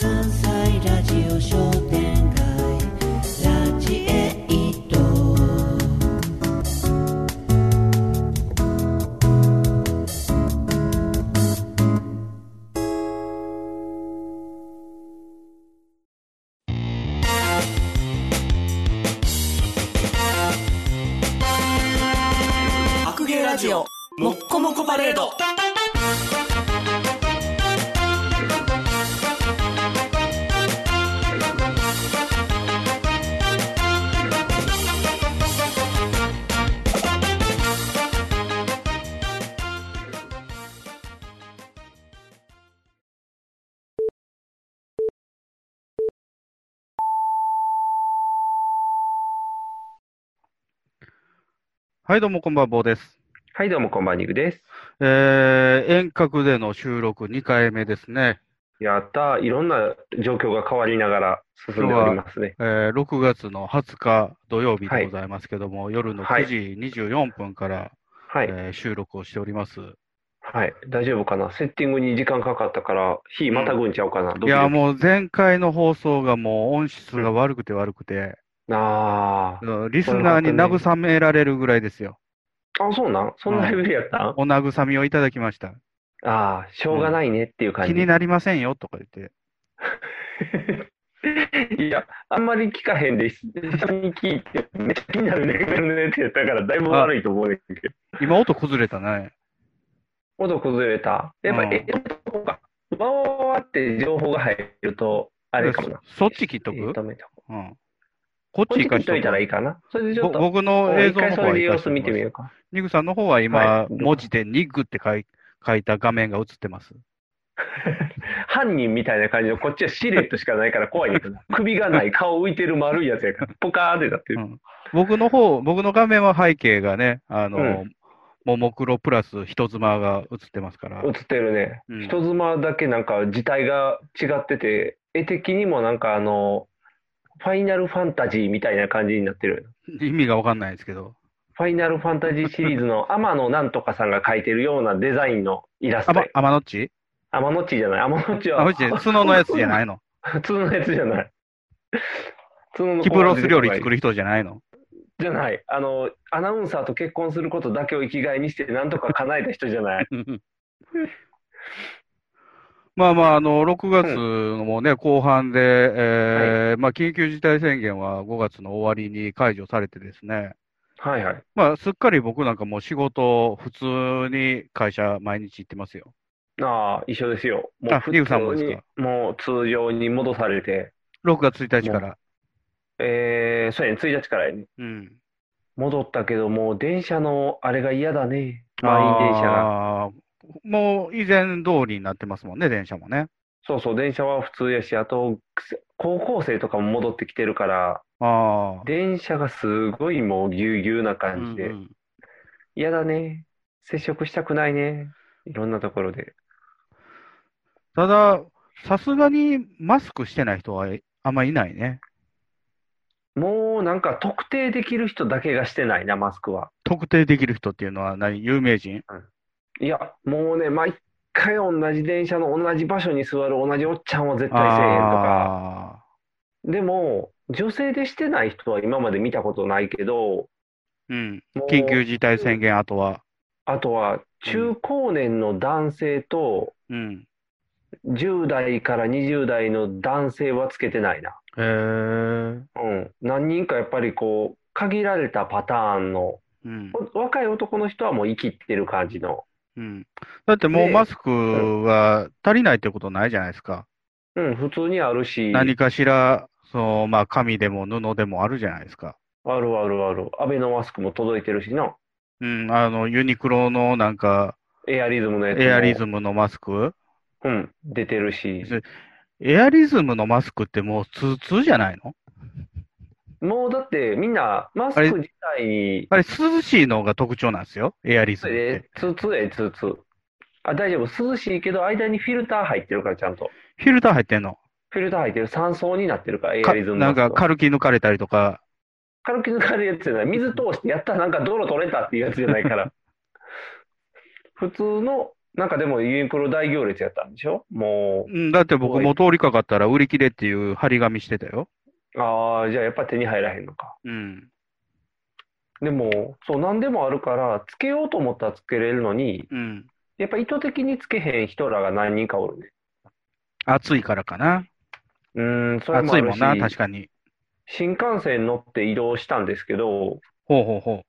関西ラジオ商店街ラジエイト白芸ラジオもっこもこパレードはい、どうも、こんばんは、坊です。はい、どうも、こんばんにぐです。えー、遠隔での収録2回目ですね。やったー、いろんな状況が変わりながら進んでおりますね。えー、6月の20日土曜日でございますけども、夜のはい9時24分から、はい、えー収録をしております。はい、大丈夫かな。セッティングに時間かかったから、火またぐんちゃうかな。ドキドいキや、もう前回の放送がもう音質が悪くて悪くて、ああのリスナーに慰められるぐらいですよ。ーあ、そうなんそんなレベルやったんあお慰みをいただきました。あー、しょうがないねっていう感気じ。になりませんよとか言って。いや、あんまり聞かへんで、久々に聞いて、めっちゃ気になるね、気になるねってやったから、だいぶ悪いと思うねんけど。今音崩れたね。音崩れた。やっぱ、うんえ、そうか。わわわって情報が入ると、あれかもな。そっち切っとく、えー止めとこううん。こっこっちち行かし切っとといたらいく。いかな。それでちょぼっと、僕の映像の一回方それは行かしで様とき子見まてすみようか。ニグさんの方は今は、い文字でニグって書い書いた画面が映ってます。犯人みたいな感じの、こっちはシルエットしかないから怖いんだ けど、首がない、顔浮いてる丸いやつやから、 ポカーンってなってうる。ん、僕の方、僕の画面は背景がね、あの、うももクロプラス人妻が映ってますから。映ってるね。うん人妻だけなんか字体が違ってて、絵的にもなんかあの、ファイナルファンタジーみたいな感じになってる。意味がわかんないですけど。ファイナルファンタジーシリーズの 天野なんとかさんが描いてるようなデザインのイラスあトまや。、天のっち天野っちじゃない。天野っちあ、はマ ジで角のやつじゃないの角のやつじゃない。角のキプロス料理作るる人じゃないのじゃない。あの、アナウンサーと結婚することだけを生きがいにして、なんとか叶えた人じ ゃない。まあまあ、あの、6月のもね、後半で、えーまあ、緊急事態宣言は5月の終わりに解除されてですね、はいはい。まあ、すっかり僕なんかもう仕事、普通に会社毎日行ってますよ。ああ、一緒ですよ。あリュウさんも普通でにすかもう通常に戻されて、 6月1日から。えー、そうやね、1日からやね。うん。戻ったけど、もう電車のあれが嫌だね。満員電車が。ああー、もう以前通りになってますもんね、電車もね。そうそう、電車は普通やし、あと、高校生とかも戻ってきてるから、ああ。電車がすごいもうぎゅうぎゅうなうんう感じで。ん嫌だね。接触したくないね。いろんなところで。ただ、さすがにマスクしてない人はあんまいないね。もうなんか特定できる人だけがしてないな、マスクは。特定できる人っていうのは何有名人いや、もうね、毎回同じ電車の同じ場所に座る同じおっちゃんは絶対せえへんとか。ああでも、女性でしてない人は今まで見たことないけど、ー。うん。もう緊急事態宣言、あとは。あとは中高年の男性とうん。 10代から20代の男性はつけてないな。へえ。うん。何人かやっぱりこう、限られたパターンのうん。若い男の人はもう生きてる感じの。うん。だってもうでマスクが足りないってことないじゃないですか。うん、普通にあるし、何かしら、その、まあ、紙でも布でもあるじゃないですか。あるあるある。アベノマスクも届いてるしな。うん、あの、ユニクロのなんか、エアリズムのやつも。エアリズムのマスクうん、出てるし。エアリズムのマスクってもう通通じゃないのもうだってみんな、マスク自体に、あれ、涼しいのが特徴なんですよ。エアリズそムっれて。で、つつえ、つつ。あ、大丈夫。涼しいけど、間にフィルター入ってるから、ちゃんと。フィルター入ってんのフィルター入ってる。3層になってるから、エかアリズムなんか、か、軽気抜かれたりとか。軽く抜かれるやつじゃない。 水通して、やったらなんか道路取れたっていうやつじゃないから。普通のなんかでもユニクロ大行列やったんでしょもうんだって僕も通りかかったら売り切れっていう張り紙してたよ。う、ああ、じゃあやっぱ手に入らへんのか。うん。でも、そう、何でもあるから、つけようと思ったらつけれるのに、うん。やっぱ意図的につけへん人らが何人かおるね。暑いからかな。うーん、それも暑あいるもんな、し、確かに。新幹線乗って移動したんですけど、ほうほうほ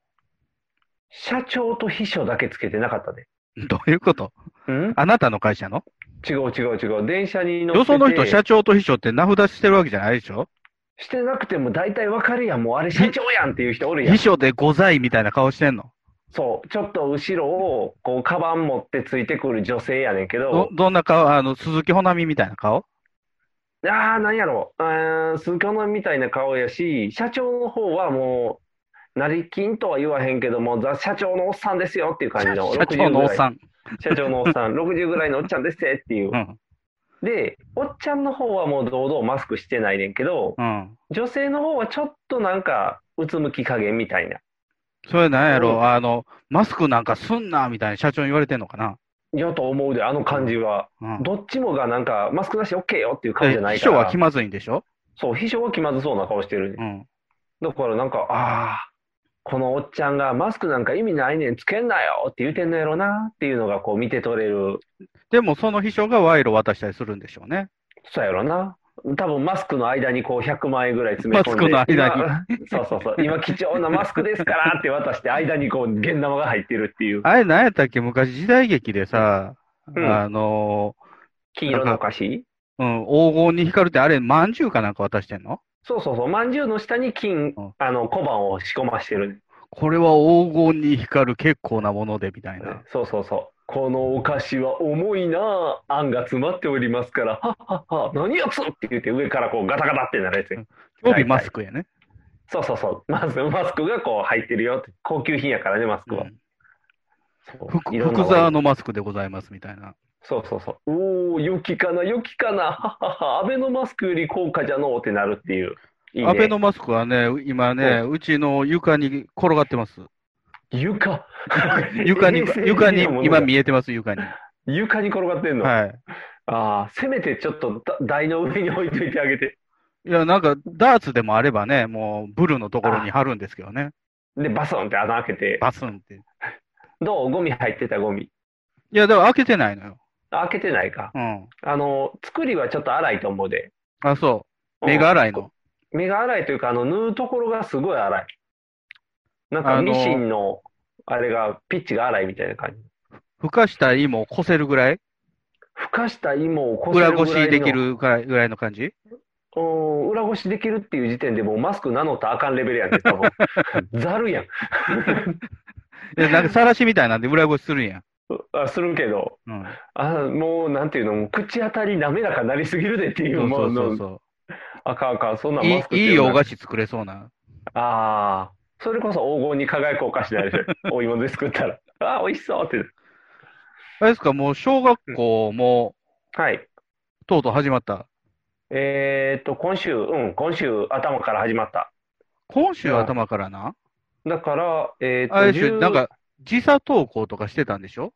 社長と秘書だけつけてなかったね。う。 どういうことうんあなたの会社の違う違う違う。電車に乗ってよその人、て社長と秘書って名札してるわけじゃないでしょしてなくても大体わかるやん。もうあれ社長やんっていう人おるやん秘。書でございみたいな顔してんの。そう。ちょっと後ろを、こう、カバン持ってついてくる女性やねんけどど、、どんな顔あの、鈴木ほなみみたいな顔ああ、なんやろう。うーん、鈴木のみたいな顔やし、社長の方はもう、成金とは言わへんけども、ザ・社長のおっさんですよっていう感じの、社長のおっん。さん。社長のおっさん、60ぐらいのおっちゃんですってっていうう。ん。で、おっちゃんの方はもう堂々マスクしてないねんけど、うん。女性の方はちょっとなんか、うつむき加減みたいな。それなんやうろ、んあの、マスクなんかすんな、みたいに社長に言われてんのかな。よと思うで、あの感じは。うん。どっちもがなんか、マスクなし OK よっていう感じじゃなでい秘か書はら気。まずいんでしょそう、秘書は気まずそうな顔してるね。うん。だからなんか、ああ、このおっちゃんがマスクなんか意味ないねん、つけんなよって言うてんのやろなっていうのがこう見て取れる、でも、その秘書が賄賂渡したりするんでしょうね。そうやろな。多分マスクの間にこう100万円ぐらい詰め込んで。マスクの間に。そうそうそう。今貴 重なマスクですからって渡して、間にこう、現玉が入ってるっていう。あれ、なんやったっけ昔、時代劇でさ、うんあの黄色のお菓子ー、うん、黄金に光るって、あれ、まんじゅうかなんか渡してんのそうそうそう。まんじゅうの下に金うん、あの、小判を仕込ましてる。これは黄金に光る結構なもので、みたいな。そうそうそう。このお菓子は重いなあんが詰まっておりますから、はっはっは、何やつって言って上からこうガタガタってなるやつや興味マスクやね。そうそうそう。マスマスクがこう入ってるよって。高級品やからね、マスクは。うんそうふくいろんな福沢ワインのマスクでございます、みたいな。そうそうそう。おー、良きかな、良きかな、はっはっは、アベノマスクより高価じゃのうってなるっていう。いいね、アベノマスクはね、今ね、うちの床に転がって ます。床 床 に、床に、今見見えてます、床に。床に転がってんの。はい。ああ、せめてちょっとだ台の上に置いといてあげて。いや、なんか、ダーツでもあればね、もう、ブルのところに貼るんですけどね。で、バスンって穴開けて、バスンって。いどうゴミ入ってたゴミ。や、だから開けてないのよ。あ開けてないか。うん。あの、作りはちょっと荒いと思うで。あ、そうんう。目が荒いの。目が荒いというか、あの、縫うところがすごい荒い。なんかあのミシンの、あれが、ピッチが荒いみたいな感じ。ふかした芋をこせるぐらいふかした芋をこす裏るごぐらしいのでき。るぐらいぐらいの感じうん裏ごしできるっていう時点でもうマスク名乗ったらあかんレベルやね 多分。ざるやん。いや、なんか、さらしみたいなんで裏ごしするんや。あするけど、うん。あもうなんていうの、もう口当たり滑らかになりすぎるでって いそう、うそうもそううのそあかんあかん、そんなう。んマいスクい、いいお菓子作れそうな。ああ、それこそ黄金に輝くお菓子になるでしょ。お芋で作っ たら。ああ、美味しそうって。あれですか、もう、小学校も、はい。とうとう始まった。えーっと、今週、うん、今週頭から始まった。今週頭からな。だから、えーっと、あれでしょ、 10なんか、時差登校とかしてたんでしょ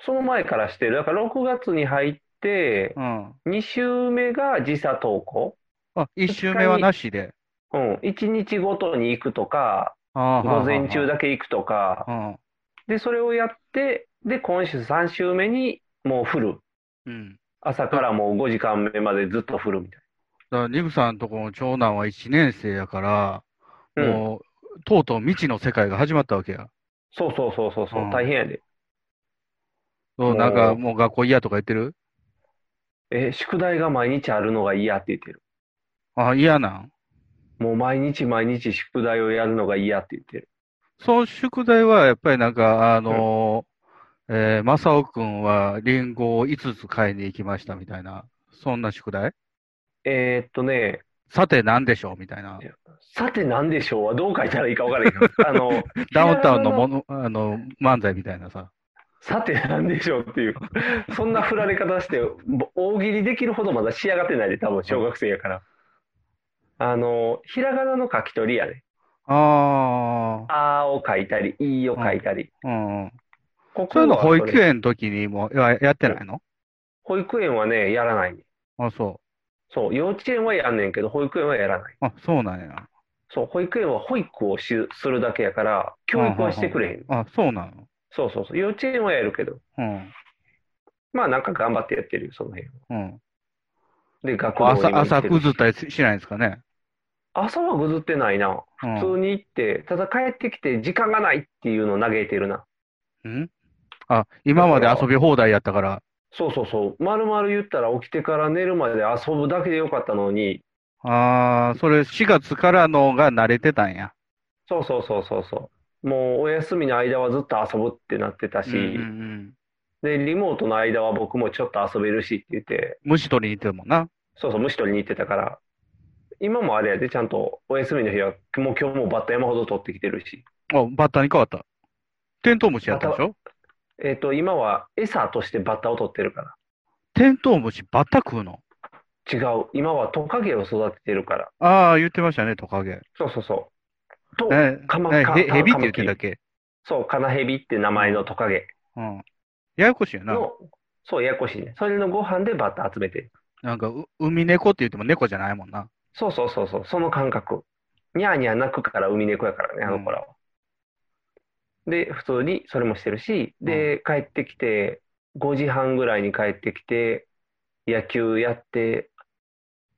その前からしてる。だから6月に入って、うん。 2週目が時差投稿。あ、一周目はなしで。うん、1日ごとに行くとか、あー午前中だけ行くとか。うん。で、それをやって、で、今週3週目にもうフル。うん。朝からもう5時間目までずっとフルみたいだから、ニグさんとこの長男は1年生やから、な。うん。もう、とうとう未知の世界が始まったわけや。そうそうそうそうそうう、ん大変やで。そうおーなんか、もう学校嫌とか言ってるえ、宿題が毎日あるのが嫌って言ってる。あ、嫌なん。もう毎日毎日宿題をやるのが嫌って言ってる。その宿題は、やっぱりなんか、あのー、えー、マサオくんはリンゴを5つ買いに行きましたみたいな、そんな宿題えーっとね、さて何でしょうみたいな。さて何でしょうはどう書いたらいいか分からへんけ どあの、ダウンタウンのもの、あの、漫才みたいなさ。さて何でしょうっていう、そんな振られ方して、ぼ大喜利できるほどまだ仕上がってないで、多分小学生やから。あの、ひらがなの書き取りやね。ああ、あーを書いたり、いいを書いたり、うんうん。ここそういうのは保育それ園の時にもややってないの保育園はね、やらない。あ、そそう、幼稚園はやんねんけど、保育園はやらない。う。あ、そうなんや。そう、保育園は保育をしするだけやから、教育はしてくれへん。あ、そうなの。そうそうそう、幼稚園はやるけど、うん。まあなんか頑張ってやってるよ、その辺は。うん。で、学校に朝、も行っ朝てるぐずったりしないんですかね。朝はぐずってないな。う普通ん。に行って、ただ帰ってきて時間がないっていうのを嘆いてるな。うんあ、今まで遊び放題やったから。そうそうそう、まるまる言ったら起きてから寝るまで遊ぶだけでよかったのに、ああ、それ4月からのが慣れてたんや。そうそうそうそうそう、もうお休みの間はずっと遊ぶってなってたし、うんうんうん。で、リモートの間は僕もちょっと遊べるしって言って、虫取りに行ってたもんな。そうそう、虫取りに行ってたから、今もあれやで、ちゃんとお休みの日は、もう今日もバッタ山ほど取ってきてるし、あ、バッタに変わった。テントウムシやったでしょえっと、今は餌としてバッタを取ってるから。テントウムシバッタ食うの違う、今はトカゲを育ててるから。ああ、言ってましたね、トカゲ。そうそうそう。と、え、カマえカへヘビってカマ言ってたっけそう、カナヘビって名前のトカゲうん。ややこしいよな。の、そう、ややこしいね。それのご飯でバッタ集めてる。なんか、う海猫って言っても猫じゃないもんな。そうそうそうそう、その感覚。ニャーニャー鳴くから海猫やからね、あの子らは。で、普通にそれもしてるし、で、帰ってきて、5時半ぐらいに帰ってきて、野球やって、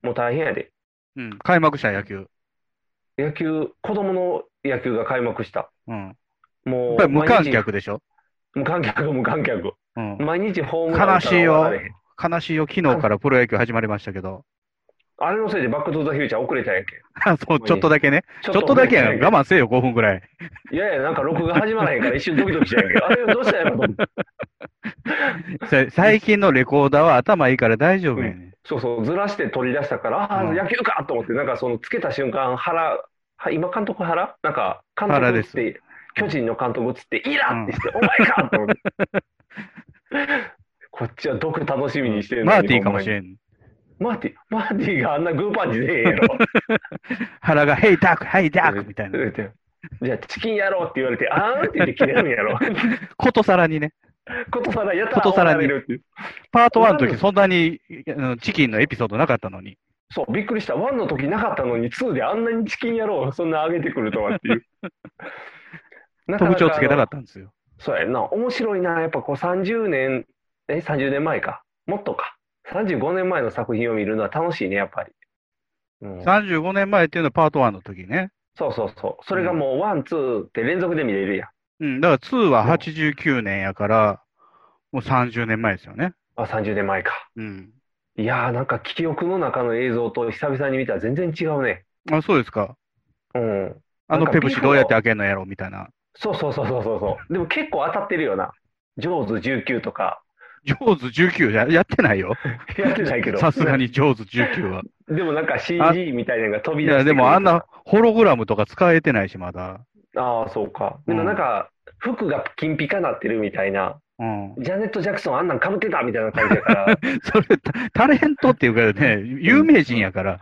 もう大変やで。うん。開幕した野球。野球、子供の野球が開幕した。うん。やもう、っぱり無観毎日客でしょ無観客、無観客。うん。毎日ホームラン打たな終わられへん悲しいよ、昨日からプロ野球始まりましたけど。 あれのせいでバックトゥザフューチャー遅れたんやんけ。あそう、ちょっとだけね。ちょっとだけやん。慢。我慢せよ、5分ぐらい。いやいや、なんか録画始まらへんから一瞬ドキドキしたんやんけ。あれどうしたんやろと思ってさ最近のレコーダーは頭いいから大丈夫やね。そうそう、ずらして取り出したから、あうあ、ん野球かと思って、なんかそのつけた瞬間、腹、は今監督腹なんか、監督原映でっすて、巨人の監督映って、イラってして、 お前かと思って。こっちは毒楽しみにしてるのマにーティーかもしれん。マーティ、マーティがあんなグーパンチでええやろ。腹が、ヘイタック、ヘイタックみたいな。じゃあ、チキンやろうって言われて、あーんって言って切れるんやろ。 ことさらにね。ことさら、やこたとらさららにれるっていう。パート1の時そんなにうんチキンのエピソードなかったのに。そう、びっくりした。1の時なかったのに、2であんなにチキン野郎をそんな上げてくるとはっ ていう。な特徴つけたからったんですよ。そうやんな。面白いな。やっぱこう30年、え、30年前か。もっとか。35年前の作品を見るのは楽しいね、やっぱり。うん、 35年前っていうのはパート1の時ね。そうそうそう。それがもう1、2って連続で見れるやん。うん、だから2は89年やから、もう30年前ですよね。あ、30年前か。うん。いやー、なんか記憶の中の映像と久々に見たら全然違うね。あ、そうですか。うん。あのなんかペプシどうやって開けんのやろうみたいな。そうそうそうそうそうそう。でも結構当たってるよな。ジョーズ19とか。ジョーズ19ややってないよ。やってないけど。さすがにジョーズ19は。 でもなんかあ CG みたいなのが飛いび出してや、くるでもあんな。ホログラムとか使えてないし、まだ。ああ、そうか。でもなんか、服が金ピカなってるみたいな。うん。ジャネット・ジャクソンあんなん被ってたみたいな感じだから。 それ、タタレントっていうかね、有名人やから。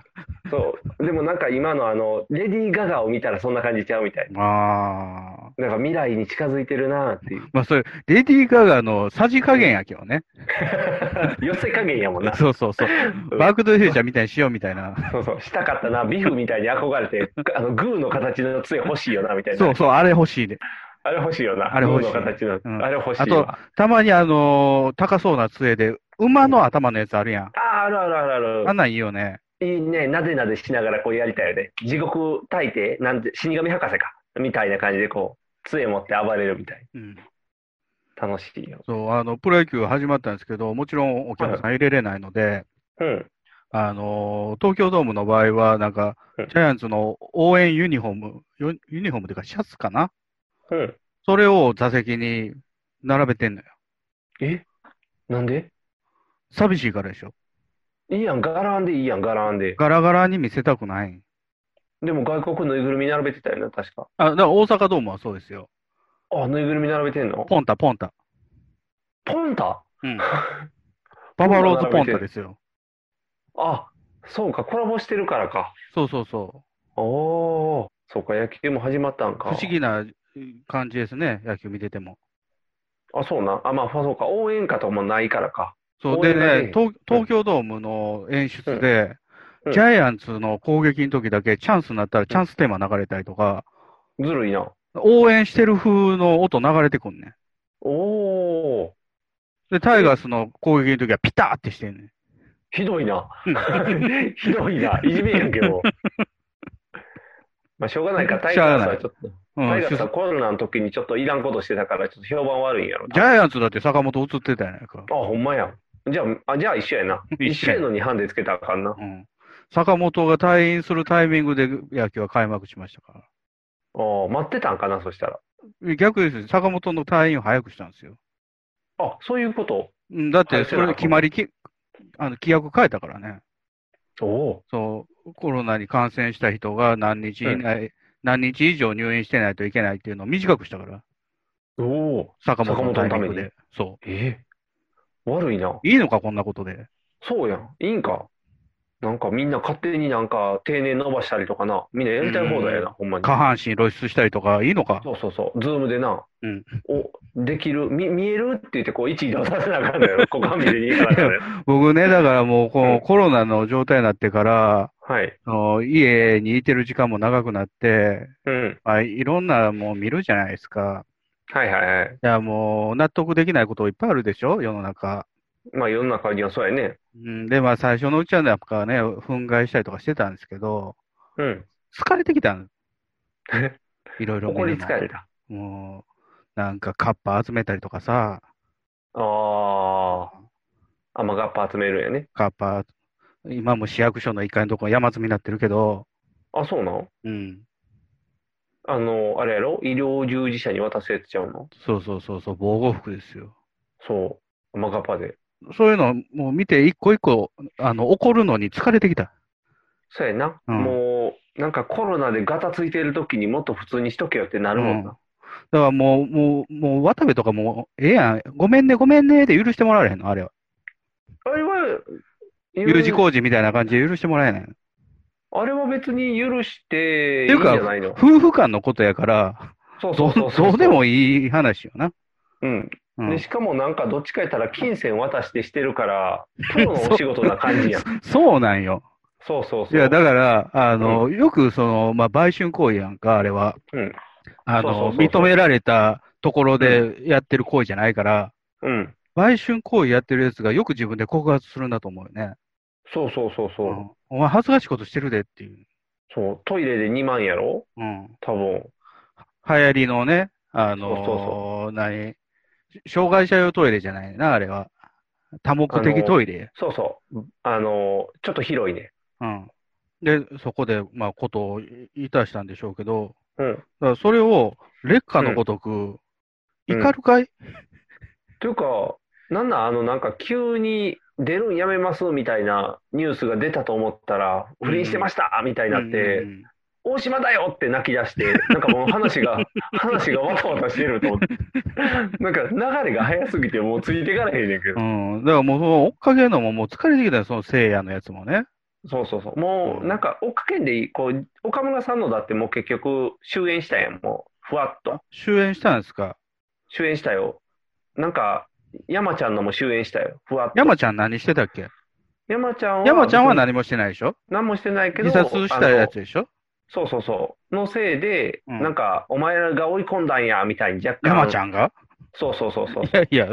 そう。でもなんか今のあの、レディー・ガガを見たらそんな感じちゃうみたいああ。な。なんか未来に近づいてるなっていう。 まあ、それ、レディー・ガガのさじ加減やけどね。寄せ加減やもんな。そうそうそう。うんバークドゥ・フューチャーみたいにしようみたいな。そうそう。したかったな。ビフみたいに憧れて、あの、グーの形の杖欲しいよな、みたいな。そうそう、あれ欲しいで。あれ欲しいよな。あれ欲しいグーの形の。うんあれ欲しあいとわ。、たまにあのー高そうな杖で、馬の頭のやつあるやん。ああ、あるあるあるある。あんなんいいよね。いいね、なでなでしながらこうやりたいよね。地獄大帝、なんて、死神博士か。みたいな感じでこう、杖持って暴れるみたい。うん。楽しいよ。そう、あの、プロ野球始まったんですけど、もちろんお客さん入れれないので、うん。あのー東京ドームの場合は、なんか、ジうんャイアンツの応援ユニフォーム、ユユニフォームっていうかシャツかなうん。それを座席に並べてんのよ。えなんで寂しいからでしょ。いいやん、ガランでいいやん、ガランで。ガラガラに見せたくない。でも外国ぬいぐるみ並べてたよな、確か。あ、だから大阪ドームはそうですよ。あ、ぬいぐるみ並べてんのポンタ、ポンタ。ポンタうん。 バファローズポンタですよ。あ、そうか、コラボしてるからか。 そうそうそう。おお、そうか、野球も始まったん不か。思議な感じですね、野球見てても。あ、そうな。あ、まあ、そうか。応援歌とかもないからか。そう応で援がねね、東東京ドームの演出で、うんうんジャイアンツの攻撃の時だけチャンスになったらチャンステーマ流れたりとか、ずるいな。応援してる風の音流れてくんねおー、ん。で、タイガースの攻撃の時はピターってしてんねん。ひどいな。 ひどいな。いじめやんけど。まあ、しょうがないから、タイガースはちょっうと、んタイガースはコロナの時にちょっといらんことしてたから、ちょっと評判悪いんやろな。ジャイアンツだって坂本映ってたやないか。あ、ほんまや。じゃあ、あじゃあ一緒やな。一緒や一緒やのにハンデつけたらあかんな。うん。坂本が退院するタイミングで野球は開幕しましたかあー待ってたんかな、そしたら。ら。逆ですよ。坂本の退院を早くしたんですよ。あ、そういうこと。うんだっはて、いそれで決まりき、あの、規約変えたからね。おそう、コロナに感染した人が何日以内、何日以上入院してないといけないっていうのを短くしたから、おおー坂本のタイミング坂本のためで。そえー悪いな。う。いいのか、こんなことで。そうやん。いいんか。なんかみんな勝手になんか定年伸ばしたりとかな。みんなやりたい放題やな、ほんまに。下半身露出したりとか、いいのか。そうそうそう。ズームでな。うんお、できる。み、見えるって言って、こう、位置移動させなあかんの やろ。股間見てに行かなあかんのやろ僕ね、だからもう、こうのんコロナの状態になってから、はい。あの家にいてる時間も長くなって、うん。まあ、いろんなもう見るじゃないですか。はいはいはい。いや、もう、納得できないこといっぱいあるでしょ、世の中。まあ、世の中にはそうやね。うん、で、まあ、最初のうちはね、やっぱね、憤慨したりとかしてたんですけど、うん。疲れてきた んいろいろ見怒るりの。疲れた。もう、なんかカッパ集めたりとかさ、ああ。雨がっぱ集めるんやね。カッパ、今も市役所の1階のとこ山積みになってるけど、あ、そうなのうん、あの、あれやろ医療従事者に渡すやつちゃうのそうそうそうそう、防護服ですよ。そう。雨がっぱで。そういうのもう見て、一個一個、あの、怒るのに疲れてきた。そうやな。うんもう、なんかコロナでガタついてる時にもっと普通にしとけよってなるもんな。だからもう、もう、もう、渡部とかもう、ええやん、ごめんね、ごめんね、で許してもらわれへんの、あれは。あれは、有事工事みたいな感じで許してもらえないの。っあれは別に許してていいいうんじかゃないの、夫婦間のことやから、そう どそううそうそう。どうで もいい話よな。うん。うんで、しかもなんかどっちか言ったら金銭渡してしてるから、プロのお仕事な 感じやん。そうなんよ。そうそうそう。いや、だから、あの、よくその、まあ、売春行為やんか、あれは。うんあその、うそうそうそう認められたところでやってる行為じゃないから、うん。売春行為やってるやつがよく自分で告発するんだと思うよね。そうそうそうそう。うんお前恥ずかしいことしてるでっていう。そう。トイレで2万やろうん。流多分。行りのね、あその、う何、障害者用トイレじゃないな、あれは。多目的トイレ。そうそう。あの、ちょっと広いね。うん。で、そこで、まあ、ことを言いたしたんでしょうけど、うん。だからそれを劣化のごとく、うん怒るかい、というか、なんなんあの、なんか急に出るんやめますみたいなニュースが出たと思ったら、うん不倫してましたみたいになって、うんうん大島だよって泣き出して、なんかもう 話が、話がわたわたしてると思って、なんか流れが早すぎて、もうついていかれへんねんけど、うん。だからもう、その追っかけるのももう疲れてきたよ、その聖夜のやつもね。そうそうそう、もうなんか追っかけんでいい、こう、岡村さんのだってもう結局、終演したやん、もう、ふわっと、終演したんですか。終演したよ、なんか、山ちゃんのも終演したよ、ふわっと。山ちゃん何してたっけ山ちゃんは、山ちゃんは何もしてないでしょ何もしてないけど、自殺したやあのつでしょそうそうそう。のせいで、うんなんか、お前らが追い込んだんや、みたいに若干。山ちゃん。んが そうそうそうそう。いやいや、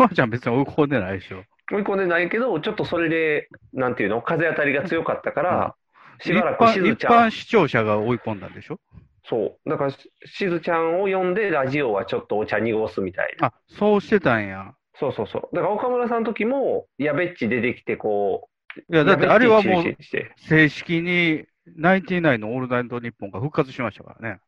山ちゃん別に追い込んでないでしょ。追い込んでないけど、ちょっとそれで、なんていうの、風当たりが強かったから、しばらくし一般ず一ちゃ般ん、視聴者が追い込んだんでしょそう。だからし、しずちゃんを呼んで、ラジオはちょっとお茶濁すみたいな。あ、そうしてたんや。そうそうそう。だから、岡村さんの時も、やべっち出てきて、こいや、う、だってあれはもやべっうち中心して正式に、ナインティナインのオールナイトニッポンが復活しましたからね。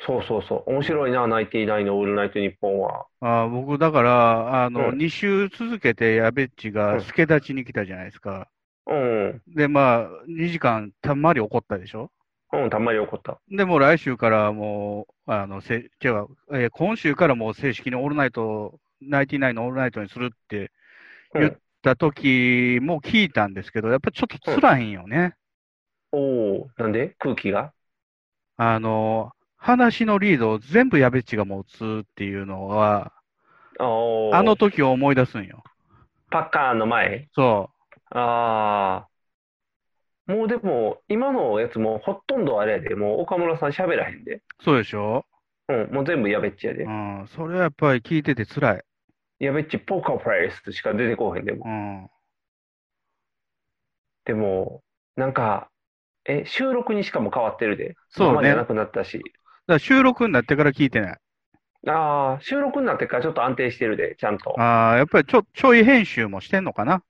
そうそうそう。面白いな、ナインティナインのオールナイトニッポンは。あー僕、だから、あの、うん2週続けて、やべっちうがん助立ちに来たじゃないですか。うん。で、まあ、2時間たんまり怒ったでしょうん、たまに怒った。で、もう来週からもう、あの、せ、違う、えー今週からもう正式にオールナイト、ナインティナインのオールナイトにするってうん言った時も聞いたんですけど、やっぱちょっと辛いんよね。おおなんで空気があの、話のリードを全部やべっちが持つっていうのは、おーあの時を思い出すんよ。パッカーンの前。そああ。もうでも、今のやつもほとんどあれやで、もう岡村さん喋らへんで。う。そうでしょうん、もう全部やべっちやでう。ん。それはやっぱり聞いてて辛い。やべっち、ポーカープレイスしか出てこうへんでもう。ん。でも、なんか、え、収録にしかも変わってるで。そうね今までなくなったし。だから収録になってから聞いてない。ああ、収録になってからちょっと安定してるで、ちゃんと。ああ、やっぱりちょ、ちょい編集もしてんのかな。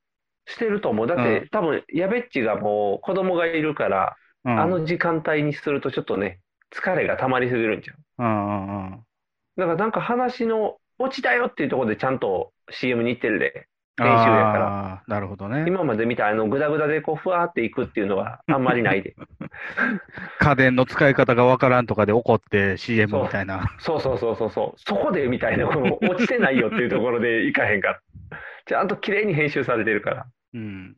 してると思う。だって、う多分、やべっちがもう子供がいるから、うん。あの時間帯にするとちょっとね、疲れが溜まりすぎるんちゃう。うんうんうん。だからなんか話のオチだよっていうところでちゃんと CM に行ってるで。編集やからあーなるほどね。今まで見たあのグダグダでこうふわーっていくっていうのはあんまりな いで。家電の使い方がわからんとかで怒って CM みたいな。そうそうそうそうそう。そこでみたいなこの落ちてないよっていうところでいかへんから。ちゃんと綺麗に編集されてるから。うん。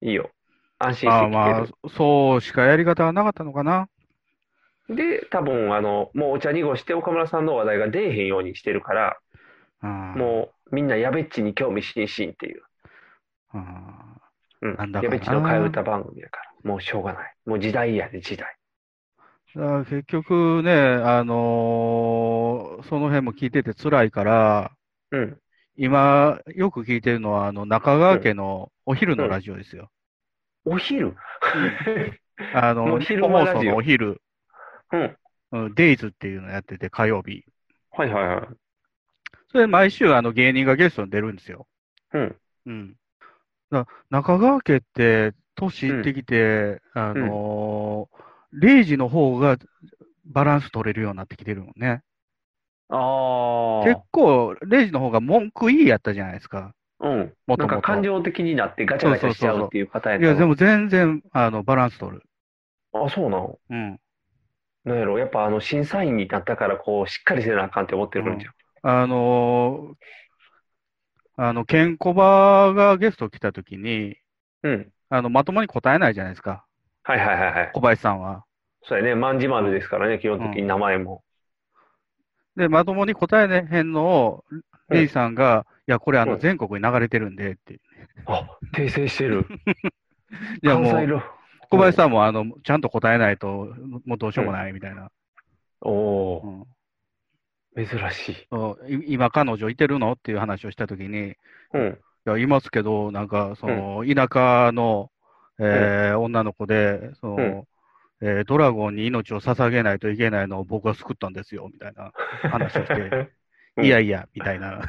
いいよ。安心しあてあま聞あ、そうしかやり方はなかったのかな。ける。で、多分あの、もうお茶濁して岡村さんの話題が出えへんようにしてるから、うんもうみんなやべっちに興味津々っていう。うん。うんなんだかなやべっちの替え歌番組だから。もうしょうがない。もう時代やで、時代。だから結局ね、あのーその辺も聞いてて辛いから、うん。今、よく聞いてるのは、あの、中川家のお昼のラジオですよ。お昼あの、もう日昼本間放ラジオ送のお昼、うん。うん、デイズっていうのやってて、火曜日。はいはいはい。それ毎週、あの、芸人がゲストに出るんですよ。うん。うん。だ中川家って、年いってきて、あのー、0時の方がバランス取れるようになってきてるもんね。あ結構、0時の方が文句いいやったじゃないですか。うん。もなとんかもと。感情的になってガチャガチャしちゃうっていうパターンいや、でも。も全然、あの、バランス取る。あ、そうなのうん。なんやろやっぱあの審査員になったからこう、しっかりせなあかんって思ってるんじゃん。あのーあの、ケンコバがゲスト来た時に、うん。あの、まともに答えないじゃないですか。はいはいはいはい。小林さんは。そうやね。万事丸ですからね、基本的に名前も。で、まともに答えねへんのを、レイさんが、いや、これあうの、ん全国に流れてるんで、って。いあ、訂正して る。や、関も西う、色。小林さんも、あの、ちゃんと答えないと、もうどうしようもない、みたいな。おおうんー、珍しい。そうい今、彼女いてるのっていう話をした時に、うん。いや、いますけど、なんか、その、田舎の、えー女の子で、その、えードラゴンに命を捧げないといけないのを僕は救ったんですよ、みたいな話をして、 うんいやいや、みたいな。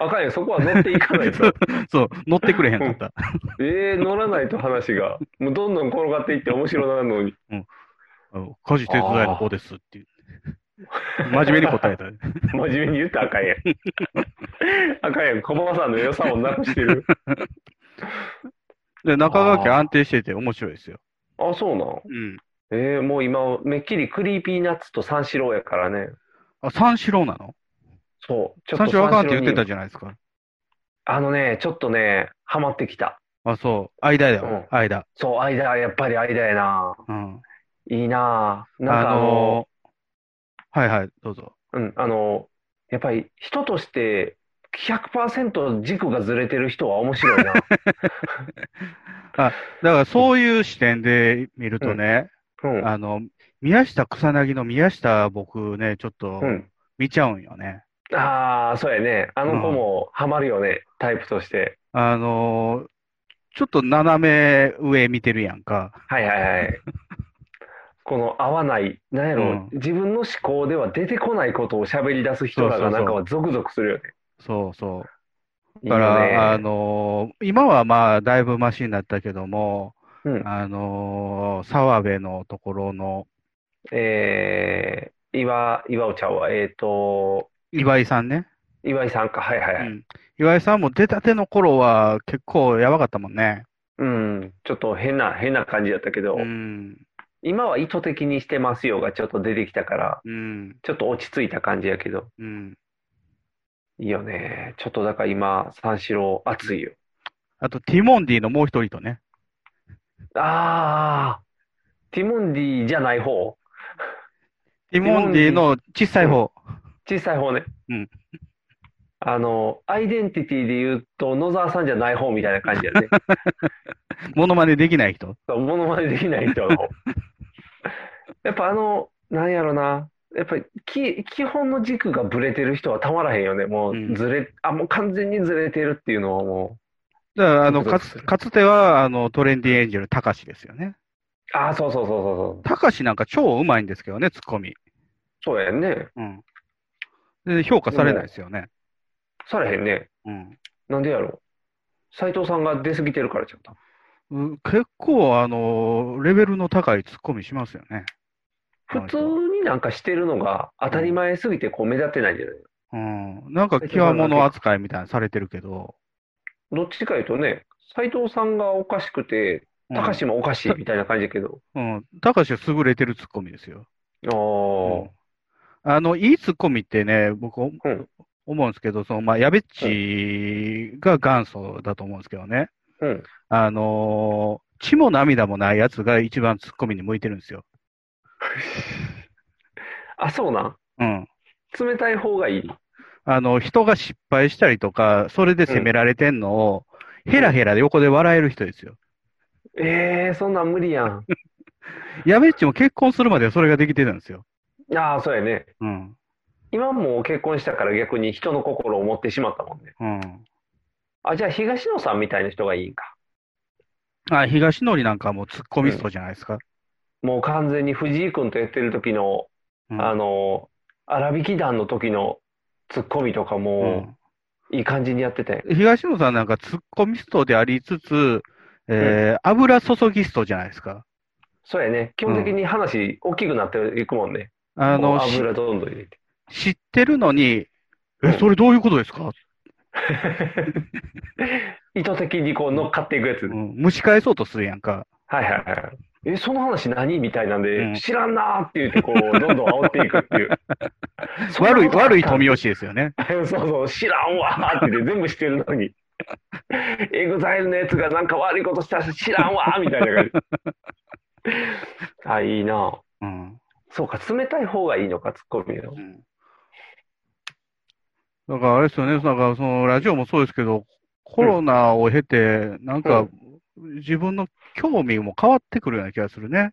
あかんよ、そこは乗っていかない と。 そう、乗ってくれへんかった。ええ乗らないと話が。もうどんどん転がっていって面白なるのに。あの家事手伝いの子ですっていう。真面目に答えた。真面目に言ったらあか んやん。あかんやん。駒場さんの良さをなくして る。で、中川家安定してて面白いですよ。あ、そうなん。うん。えー、もう今、めっきりクリーピーナッツと三四郎やからね。あ、三四郎なのそう。ちょっと三四郎あかんって言ってたじじゃないですか。ゃん。あのね、ちょっとね、ハマってきた。あ、そう。間だよ。うん間。そう、間、やっぱり間やな。うん。いいな。なんあかあの、のーはいはい、どうぞ。うん、あの、やっぱり人として100%軸がずれてる人は 面白いな。だからそういう視点で見るとね、うん。あの、宮下草薙の宮下僕ね、ちょっとうん。見ちゃうんよね。ああ、そうやね。あの子もハマるよね、タイプとして。あのーちょっと斜め上見てるやんか。はいは いはい。この合わない、なんやろ、自分の思考では出てこないことを喋り出す人らがなんかはゾクゾクするよね。そうそう。いいだかよら、あね。のー今はまあ、だいぶマシになったけども、うん。あのー澤部のところのえー、岩、岩尾ちゃんは、えっと、岩井さんね。岩井さんか。はいはいうはい。ん、岩井さんも出たての頃は結構やばかったもんね。うん。ちょっと変な、変な感じだったけどう、ん。今は意図的にしてますよがちょっと出てきたから、うん。ちょっと落ち着いた感じやけど、うん。いいよね。ちょっとだから今、三四郎熱いよ。あと、ティモンディのもう一人とね。ああ、ティモンディじゃない方ティモンディの小さい方。小さい方ね。うんあの、アイデンティティで言うと、野沢さんじゃない方みたいな感じ だね。モノマネできない人。そうモノマネできない 人の。やっぱあの、なんやろな。やっぱりき基本の軸がぶれてる人はたまらへんよね。もうんうずれ、あ、もう完全にずれてるっていうのはもだから、あの、そうかつ、かつては、あの、トレンディエンジェル、たかしですよね。う、ああ、そうそうそうそうたかしなんか超うまいんですけどね、ツッコミ。そう。そうやんね。うん。で、評価されないですよね。されへんね。うん。なんでやろう。斎藤さんが出過ぎてるからちゃった。う結構、あの、レベルの高いツッコミしますよね。普通になんかしてるのが当たり前すぎてこう目立ってないんじゃないうん。なんか、極物扱いみたいなのされてるけど。どっちかいうとね、斎藤さんがおかしくて、うん高志もおかしいみたいな感じだ けど。うん。たかしは優れてるツッコミですよ。ああの、いいツッコミってね、僕、ん思うんですけど、その、まあ、やべっちが元祖だと思うんですけどね。あ、うん。あのー血も涙もないやつが一番ツッコミに向いてるんですよ。あ、そうなん。うん。冷たい方がいい。あの、人が失敗したりとか、それで責められてんのを、ヘラヘラで横で笑える人ですよ。えー、そんなん無理 やん。やべっちも結婚するまではそれができてたんですよ。ああ、そうやね。うん。今もう結婚したから逆に人の心を持ってしまったもんね。うん。あ、じゃあ東野さんみたいな人がいいんか。あ、東のりなんかもうツッコミストじゃないですか。もう完全に藤井君とやってる時の、うんあの、荒引き団の時のツッコミとかも、いい感じにやってたよ。うん東野さんなんかツッコミストでありつつ、えー油注ぎストじゃないですか。そうやね。基本的に話大きくなっていくもんね。あの、こうし油どんどん入れて。知ってるのに、うえ、んそれどういうことですか、意図的にこう乗っかっていくやつ。うはいん、蒸し返そうとするやんか。はいはい。え、その話何みたいなんうんで、知らんなーって言って、こう、どんどん煽っていくっていう。 悪い、悪い富を。吉ですよね。 そうそう、知らんわーって言って、全部してるのに。エグザイルのやつがなんか悪いことしたし、知らんわーみたいな感じ。あ、いいなぁうん。そうか、冷たい方がいいのか、ツッコミのう。んだからあれですよね、なんかそのラジオもそうですけど、コロナを経て、なんか自分の興味も変わってくるような気がするね。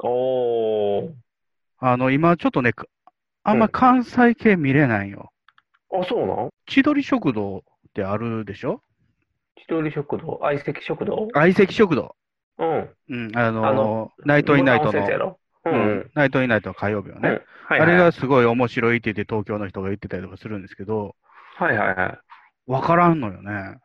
おー。あの、今ちょっとね、あんま関西系見れないよ。あ、そうなん千鳥食堂ってあるでしょ千鳥食堂、相席食堂相席食堂。うん。うん、あの、あのナイトインナイト村の尾先生や、ろう。うんん、ナイトインナイトの火曜日はね。うんはいはいあれがすごい面白いって言って東京の人が言ってたりとかするんですけど、はいはいはい。わからんのよね。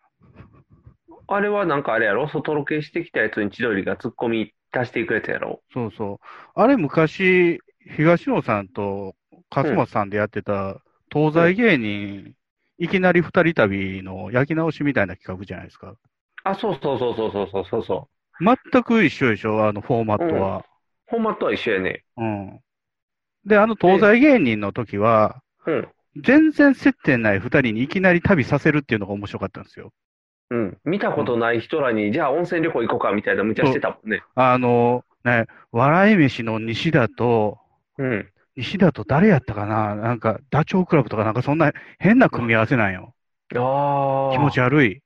あれはなんかあれやろ外ロケしてきたやつに千鳥が突っ込み足していくやつやろそうそう。あれ昔、東野さんと勝間さんでやってた東西芸人、いきなり二人旅の焼き直しみたいな企画じゃないですか。あ、そうそうそうそうそうそうそうそう。全く一緒でしょ、あのフォーマットは。フォーマットは一緒やね。うん。で、あの東西芸人の時は、うん。全然接点ない二人にいきなり旅させるっていうのが面白かったんですよ。うん。見たことない人らに、じゃあ温泉旅行行こうかみたいな無茶してたもんね。あの、ね、笑い飯の西田と、うん。西田と誰やったかななんか、ダチョウ倶楽部とかなんかそんな変な組み合わせなんよ。ああ。気持ち悪い。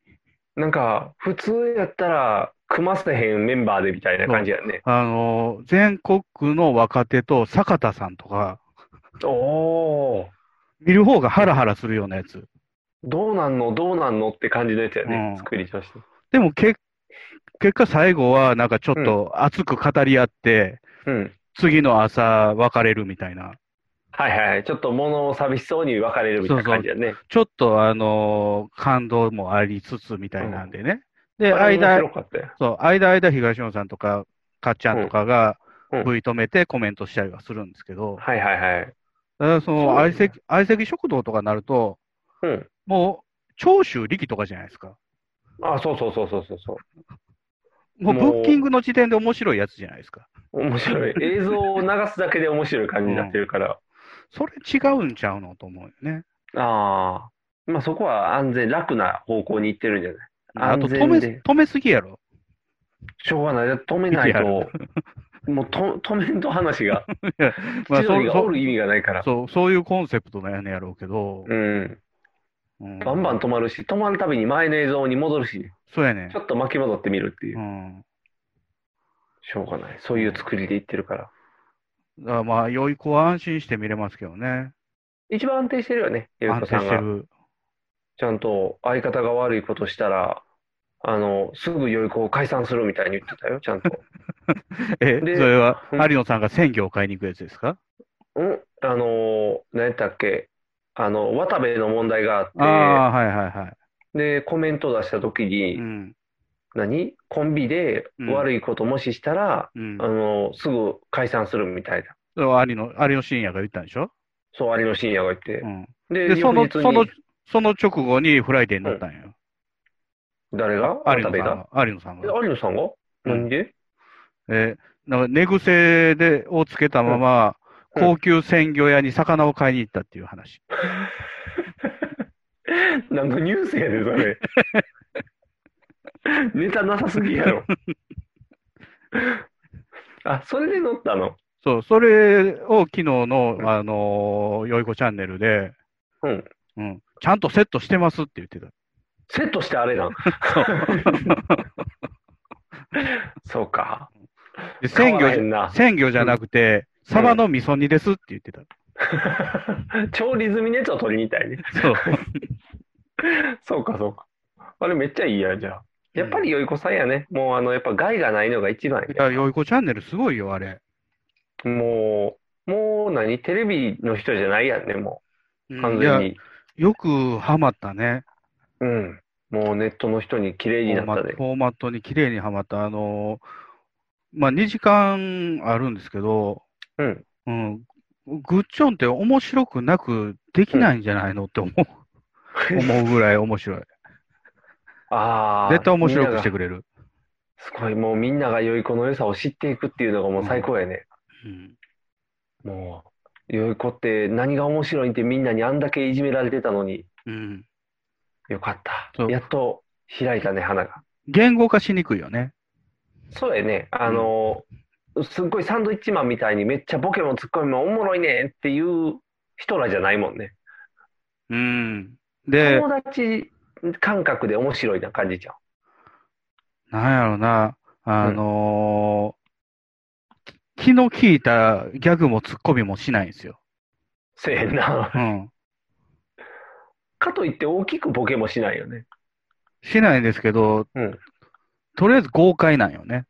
なんか、普通やったら、組ませへんメンバーでみたいな感じやね。あの、全国区の若手と坂田さんとか、おおー。見る方がハラハラするようなやつ。どうなんのどうなんのって感じのやつやね。うん作りとして。でも結、結果最後はなんかちょっと熱く語り合って、うん。次の朝別れるみたいな。はいはいはい。ちょっと物を寂しそうに別れるみたいな感じだね。ちょっとあの、感動もありつつみたいなんでね。で、あれ面間白、かったよ。そう、間間東野さんとか、かっちゃんとかが、うんうん V 止めてコメントしたりはするんですけど、はいはいはい。ただそそうのだ相ね席、相席食堂とかになると、うん。もう、長州力とかじゃないですか。あ、そうそうそうそうそうそもうブもうッキングの時点で面白いやつじゃないですか。う。面白い。映像を流すだけで面白い感じになってるから。それ違うんちゃうのと思うよね。ああ。まあそこは安全、楽な方向に行ってるんじゃないあと安全止め、で止めすぎやろ。しょうがない。止めないと、もうと止めんと話 が、まあ、そ千鳥うがおそるう意味がないから。そうそういうコンセプトなんやろうけど、うん。うんバンバン止まるし、止まるたびに前の映像に戻るし、そうやねちょ。っと巻き戻ってみるっていうう。ん。しょうがない。そういう作りでいってるから。だからまあ、良い子は安心して見れますけどね。一番安定してるよね、ゆう安こ定さんしてが。る。ちゃんと相方が悪いことしたら、あの、すぐ良い子を解散するみたいに言ってたよ、ちゃんと。え、そでれは、うん有野さんが鮮魚を買いに行くやつですかうん、あの、何やったっけ、あの、渡部の問題がああっあ、はいはいはて、で、コメント出した時い。うに、ん。何コンビでうん悪いこともししたら、うん。あの、すぐ解散するみたいな。それは有野、有野深也が言ったんでしょそう、有野深也が言ってう。ん。で、で、その、翌日そのに、その直後にフライデーになったんよ。誰が有野渡部さんがが。有野さんえが。有野さんがなんでえーなんか寝癖で、をつけたまま、うん高級鮮魚屋に魚を買いに行ったっていう話。 なんかニュースやで、それ。 ネタなさすぎやろ。 あ、それで乗ったの。そう、それを昨日のう、んあのー、よいこチャンネルで、うん。うん、ちゃんとセットしてますって言ってた。セットしてあれなん。 そうか。で鮮変わらへ魚、んな。鮮魚じゃなくて、サバの味噌煮ですって言ってた。 調理済みのやつを取りに行ったいね。そう。そうか、そうか。あれめっちゃいいやん、じゃあ。やっぱりよい子さんやね。もうあの、やっぱ害がないのが一番やねいや、よいこチャンネルすごいよ、あれ。もう、もう何テレビの人じゃないやんね、もうう。ん完いや全、に。よくハマったね。うん。もうネットの人に綺麗フにォなーっマたッでト、。フォーマットに綺麗にはまった。あのーまあ、2時間あるんですけど、うん。うん、グッチョンって面白くなくできないんじゃないの って思う。思うぐらい面白い。ああ。絶対面白くしてくれる。すごい、もうみんなが良い子の良さを知っていくっていうのがもう最高やね。うんもう、良い子って何が面白いんってみんなにあんだけいじめられてたのに、うん。よかったそ。うやっと開いたね、花が。言語化しにくいよね。そうやね、あの、すっごいサンドイッチマンみたいにめっちゃボケもツッコミもおもろいねっていう人らじゃないもんね。うん。で、友達感覚で面白いな感じじゃん。なんやろな、あのー気の利いたギャグもツッコミもしないんですよ。せえへんな。うん。かといって大きくボケもしないよね。しないんですけど、うん。とりあえず豪快なんよ ね。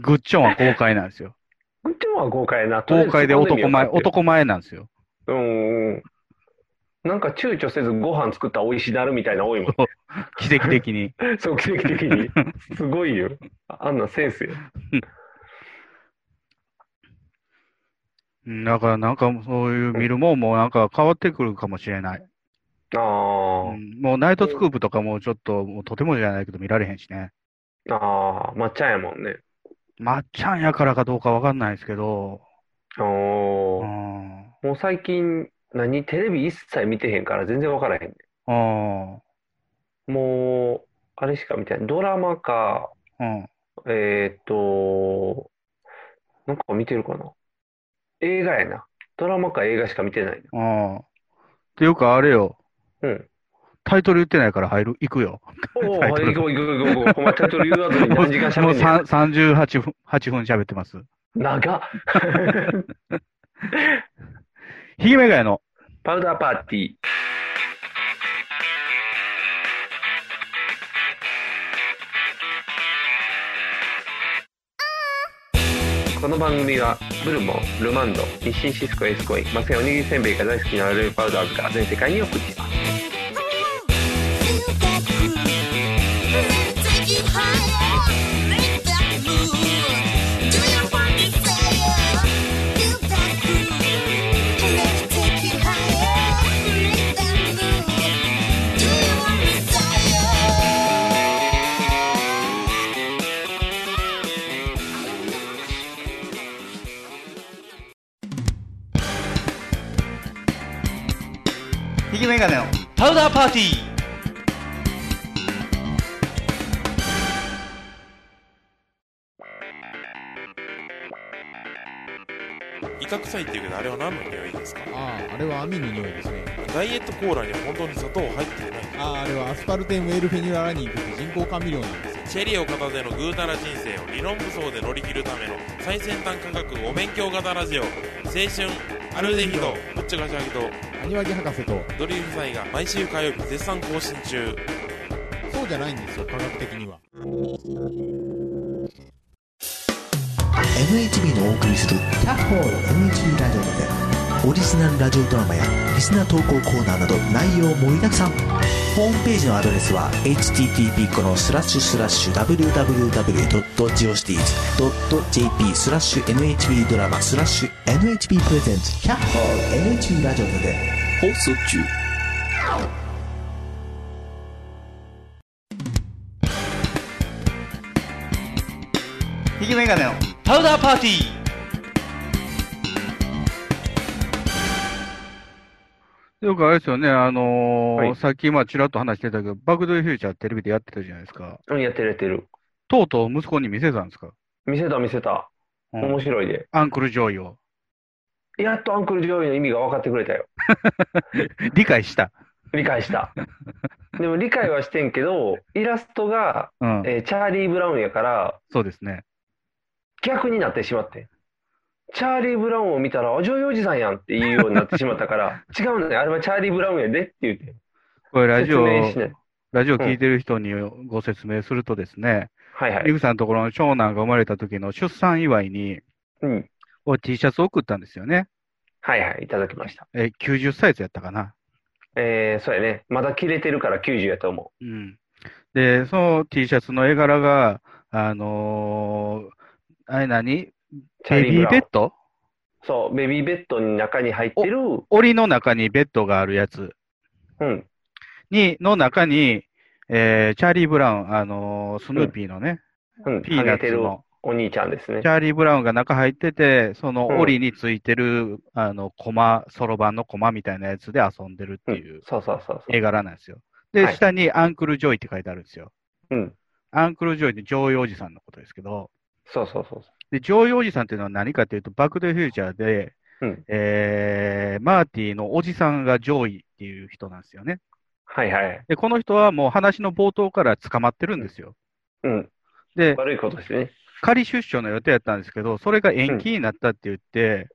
グッチョンは豪快なんですよ。うちもは豪快やな。豪快で男前、とりあえずツッコんでみようかっていう男前なんですよ。うんうん。なんか躊躇せずご飯作ったら美味しなるみたいな多 いもん。奇跡的に。そう、奇跡的に。すごいよ。あんなセンスよ。うんだからなんかそういう見るもんもなんか変わってくるかもしれない。うあんもうナイトスクープとかもちょっと、もうとてもじゃないけど見られへんしね。あ、ああ、抹茶やもんね。まっちゃんやからかどうかわかんないですけど、おうん。うお、ん。もう最近、何テレビ一切見てへんから全然わからへんね。もう、あれしか見てない。ドラマか、うん。えーっと、なんか見てるかな。映画やな。ドラマか映画しか見てないな。うん。っていうかあれよ、うん。タイトル言ってないから入る、行くよ。おお、タイ行トルこう行こう行こう行こう。お前タイトル言わずに何時間もう喋ってんねん。さん38分、8分喋ってます。長っひげめがいの、パウダーパーティー。この番組はブルボン、ルマンド、日清シスコエースコイン、マセオおにぎりせんべいが大好きなアルパウダーズが全世界に送ります。ひげメガネのパウダーパーティー威嚇臭いっていうけどあれは何の匂いですかあああれは網の匂いですねダイエットコーラには本当に砂糖入ってないあああれはアスパルテンウェルフェニララニンという人工甘味料なんですチよェリーを片手のぐうたら人生を理論武装で乗り切るための最先端科学お勉強型ラジオ青春アルデヒドぶっちゃかしゃぎとアニワギ博士とドリーム祭が毎週火曜日絶賛更新中そうじゃないんですよ科学的には NHB のお送りする「キャッホール NHB ラジオ」でオリジナルラジオドラマやリスナー投稿コーナーなど内容盛りだくさんホームページのアドレスは http このスラッシュスラッシュ www.geocities.jp スラッシュ NHB ドラマスラッシュ NHB プレゼンツキャッホール NHB ラジオで放送中ひげメガネのパウダーパーティーよくあれですよね、あのーはいさっき今ちらっと話してたけど、バックドゥフューチャーテレビでやってたじゃないですか。うん、やってるやってる。とうとう息子に見せたんですか、見せた見せた。うん面白いで。アンクルジョイを。やっとアンクル・ジョイの意味が分かってくれたよ。理解した。理 解した。でも理解はしてんけど、イラストが、うん。えーチャーリー・ブラウンやからそうですね。逆になってしまって。チャーリー・ブラウンを見たら、あ、ジョイおじさんやんって言うようになってしまっ たから、違うのね、あれはチャーリー・ブラウンやでって言って。これラジオ、説明しない。ラジオ聞いてる人にご説明するとですね、はいはリい。グさんのところの長男が生まれた時の出産祝いに、うん。お T シャツを送ったんですよね。はいはい、いただきました。え、90サイズやったかな。えー、そうやね。まだ切れてるから90やと思うん。で、その T シャツの絵柄が、あのーあれ何う。チャベーリー・ブビラーウベンッ。ドそう、ベビーベッドの中に入ってる、檻の中にベッドがあるやつうん。に、の中に、えーチャーリー・ブラウン、あのースヌーピーのね、うん、ピーナハッゲてツるの、お兄ちゃんですねチ。ャーリー・ブラウンが中入ってて、そのうん檻についてる、あの、コマ、そろばんのコマみたいなやつで遊んでるってういんう、そうそうそうそう。絵柄なんですよ。で、はい下にアンクル・ジョイって書いてあるんですよ。うん。アンクル・ジョイってジョイおじさんのことですけど、そうそうそうそで、ジョイおじさんっていうのは何かっていうと、バック・ドゥ・フューチャーで、う。うん。えー、マーティのおじさんがジョイっていう人なんですよね。はいはい。で、この人はもう話の冒頭から捕まってるんですよ。うん。で、 悪いことですね。仮出所の予定やったんですけど、それが延期になったって言って、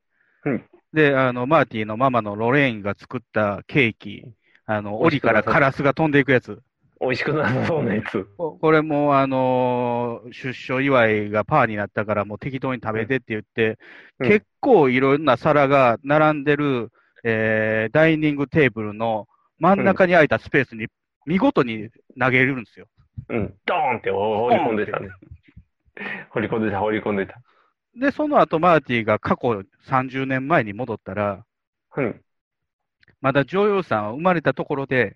うんで、あの、マーティのママのロレーンが作ったケーキ、あの、美味檻しくなかさらカラスが飛んでいくやつ。美味しくなさそうなやつ。ここれもう、あのー出所祝いがパーになったから、もう適当に食べてって言って、うん結構いろんな皿が並んでる、えーダイニングテーブルの真ん中に空いたスペースに、見事に投げるんですよ。うん。ドーンって放り込んでたね。放り込んでた、放り込んでた。で、その後、マーティが過去30年前に戻ったら、うん。まだジョーヨーさんは生まれたところで、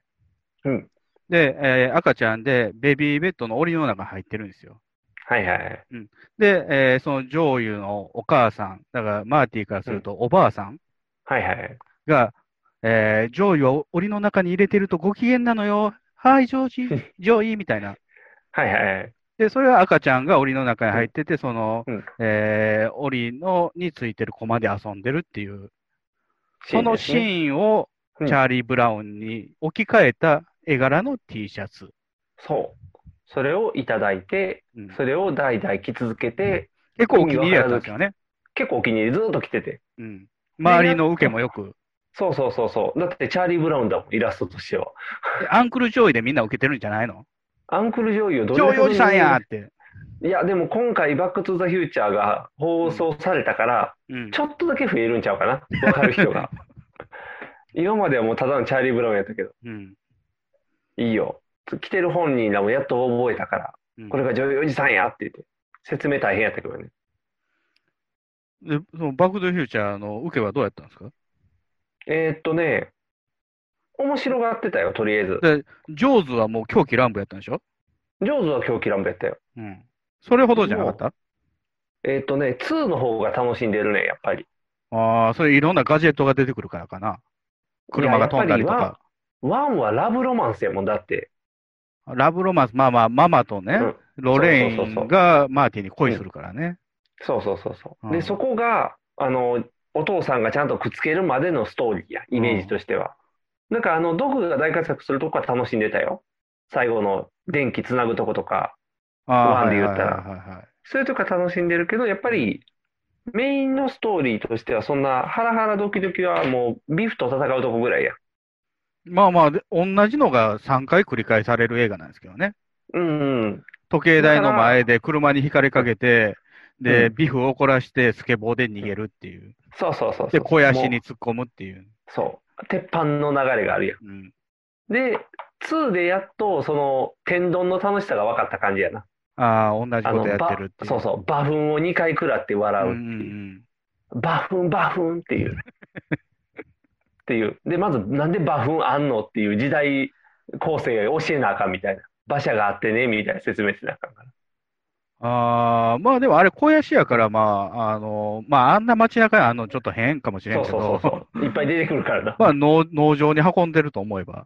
うん。で、えー赤ちゃんでベビーベッドの檻の中に入ってるんですよ。はいはい。で、えーそのジョーユのお母さん、だからマーティからするとおばあさんはいはい。が、えージョーユを檻の中に入れてるとご機嫌なのよ。はい、ジョージ、 ジョーイみたいな。はいはい。で、それは赤ちゃんが檻の中に入ってて、その、うんえー檻のについてるコマで遊んでるっていう、そのシンですね。ーンをチうんャーリー・ブラウンに置き換えた絵柄の T シャツ。そう。それをいただいて、うんそれを代々着続けて、結構お気に入りやったんですよね。結構お気に入りずっと着てて。うん。周りの受けもよく。そうそうそうそう。だってチャーリー・ブラウンだもん、イラストとしては。えアンクル上位でみんな受けてるんじゃないのアンクル・ジョイをどれ上ほ位おどじにさんやーって。いや、でも今回、バック・トゥ・ザ・フューチャーが放送されたから、うんち。ょっとだけ増えるんちゃうかな、わかる 人が。今まではもうただのチャーリー・ブラウンやったけど、うん。いいよ。来てる本人らもやっと覚えたから、うんこれが女優おじさんやって言って、説明大変やったけどね。で、そのバックドゥフューチャーの受けはどうやったんですかえーっとね、面白がってたよ、とりあえず。で、ジョーズはもう狂気乱舞やったんでしょジョーズは狂気乱舞やったよ。うん。それほどじゃなかったえーっとね、2の方が楽しんでるね、やっぱり。ああー、それいろんなガジェットが出てくるからかな。車が飛んだりといややっか。 1はラブロマンスやもん、だって。ラブロマンス、まあまあ、ママとね、うんロレそうそうそうーそンうがマーティに恋するからね。そうそうそうそう。うんで、そこが、あの、お父さんがちゃんとくっつけるまでのストーリーや、イメージとしては。なんかあの、ドクが大活躍するとこは楽しんでたよ。最後の電気つなぐとことか、あワーンで言ったらはいはいはいはいそういうとこは楽しんでるけど、やっぱりメインのストーリーとしては、そんなハラハラドキドキはもうビフと戦うとこぐらいや。まあまあ、で同じのが3回繰り返される映画なんですけどね。うんうん。時計台の前で車にひかれかけて、で、うんビフを怒らしてスケボーで逃げるっていう。そうそうそうそう。で、肥やしもうに突っ込むっていう。そう。鉄板の流れがあるやん。うん。で、2でやっと、その、天丼の楽しさが分かった感じやな。ああ、同じあことの、やってるっていばう。そうそう、馬粉を2回食らって笑ううっんてうんう。いうんバフン、バフンっていう。っていう。で、まず、なんでバフンあんのっていう時代構成教えなあかんみたいな。馬車があってね、みたいな説明しなあかんから。ああ、まあでもあれ、肥やしやから、まあ、あの、まああんな街中にあんのちょっと変かもしれそんうけそうそど、うそう。いっぱい出てくるからな。 まあ農農場に運んでると思えば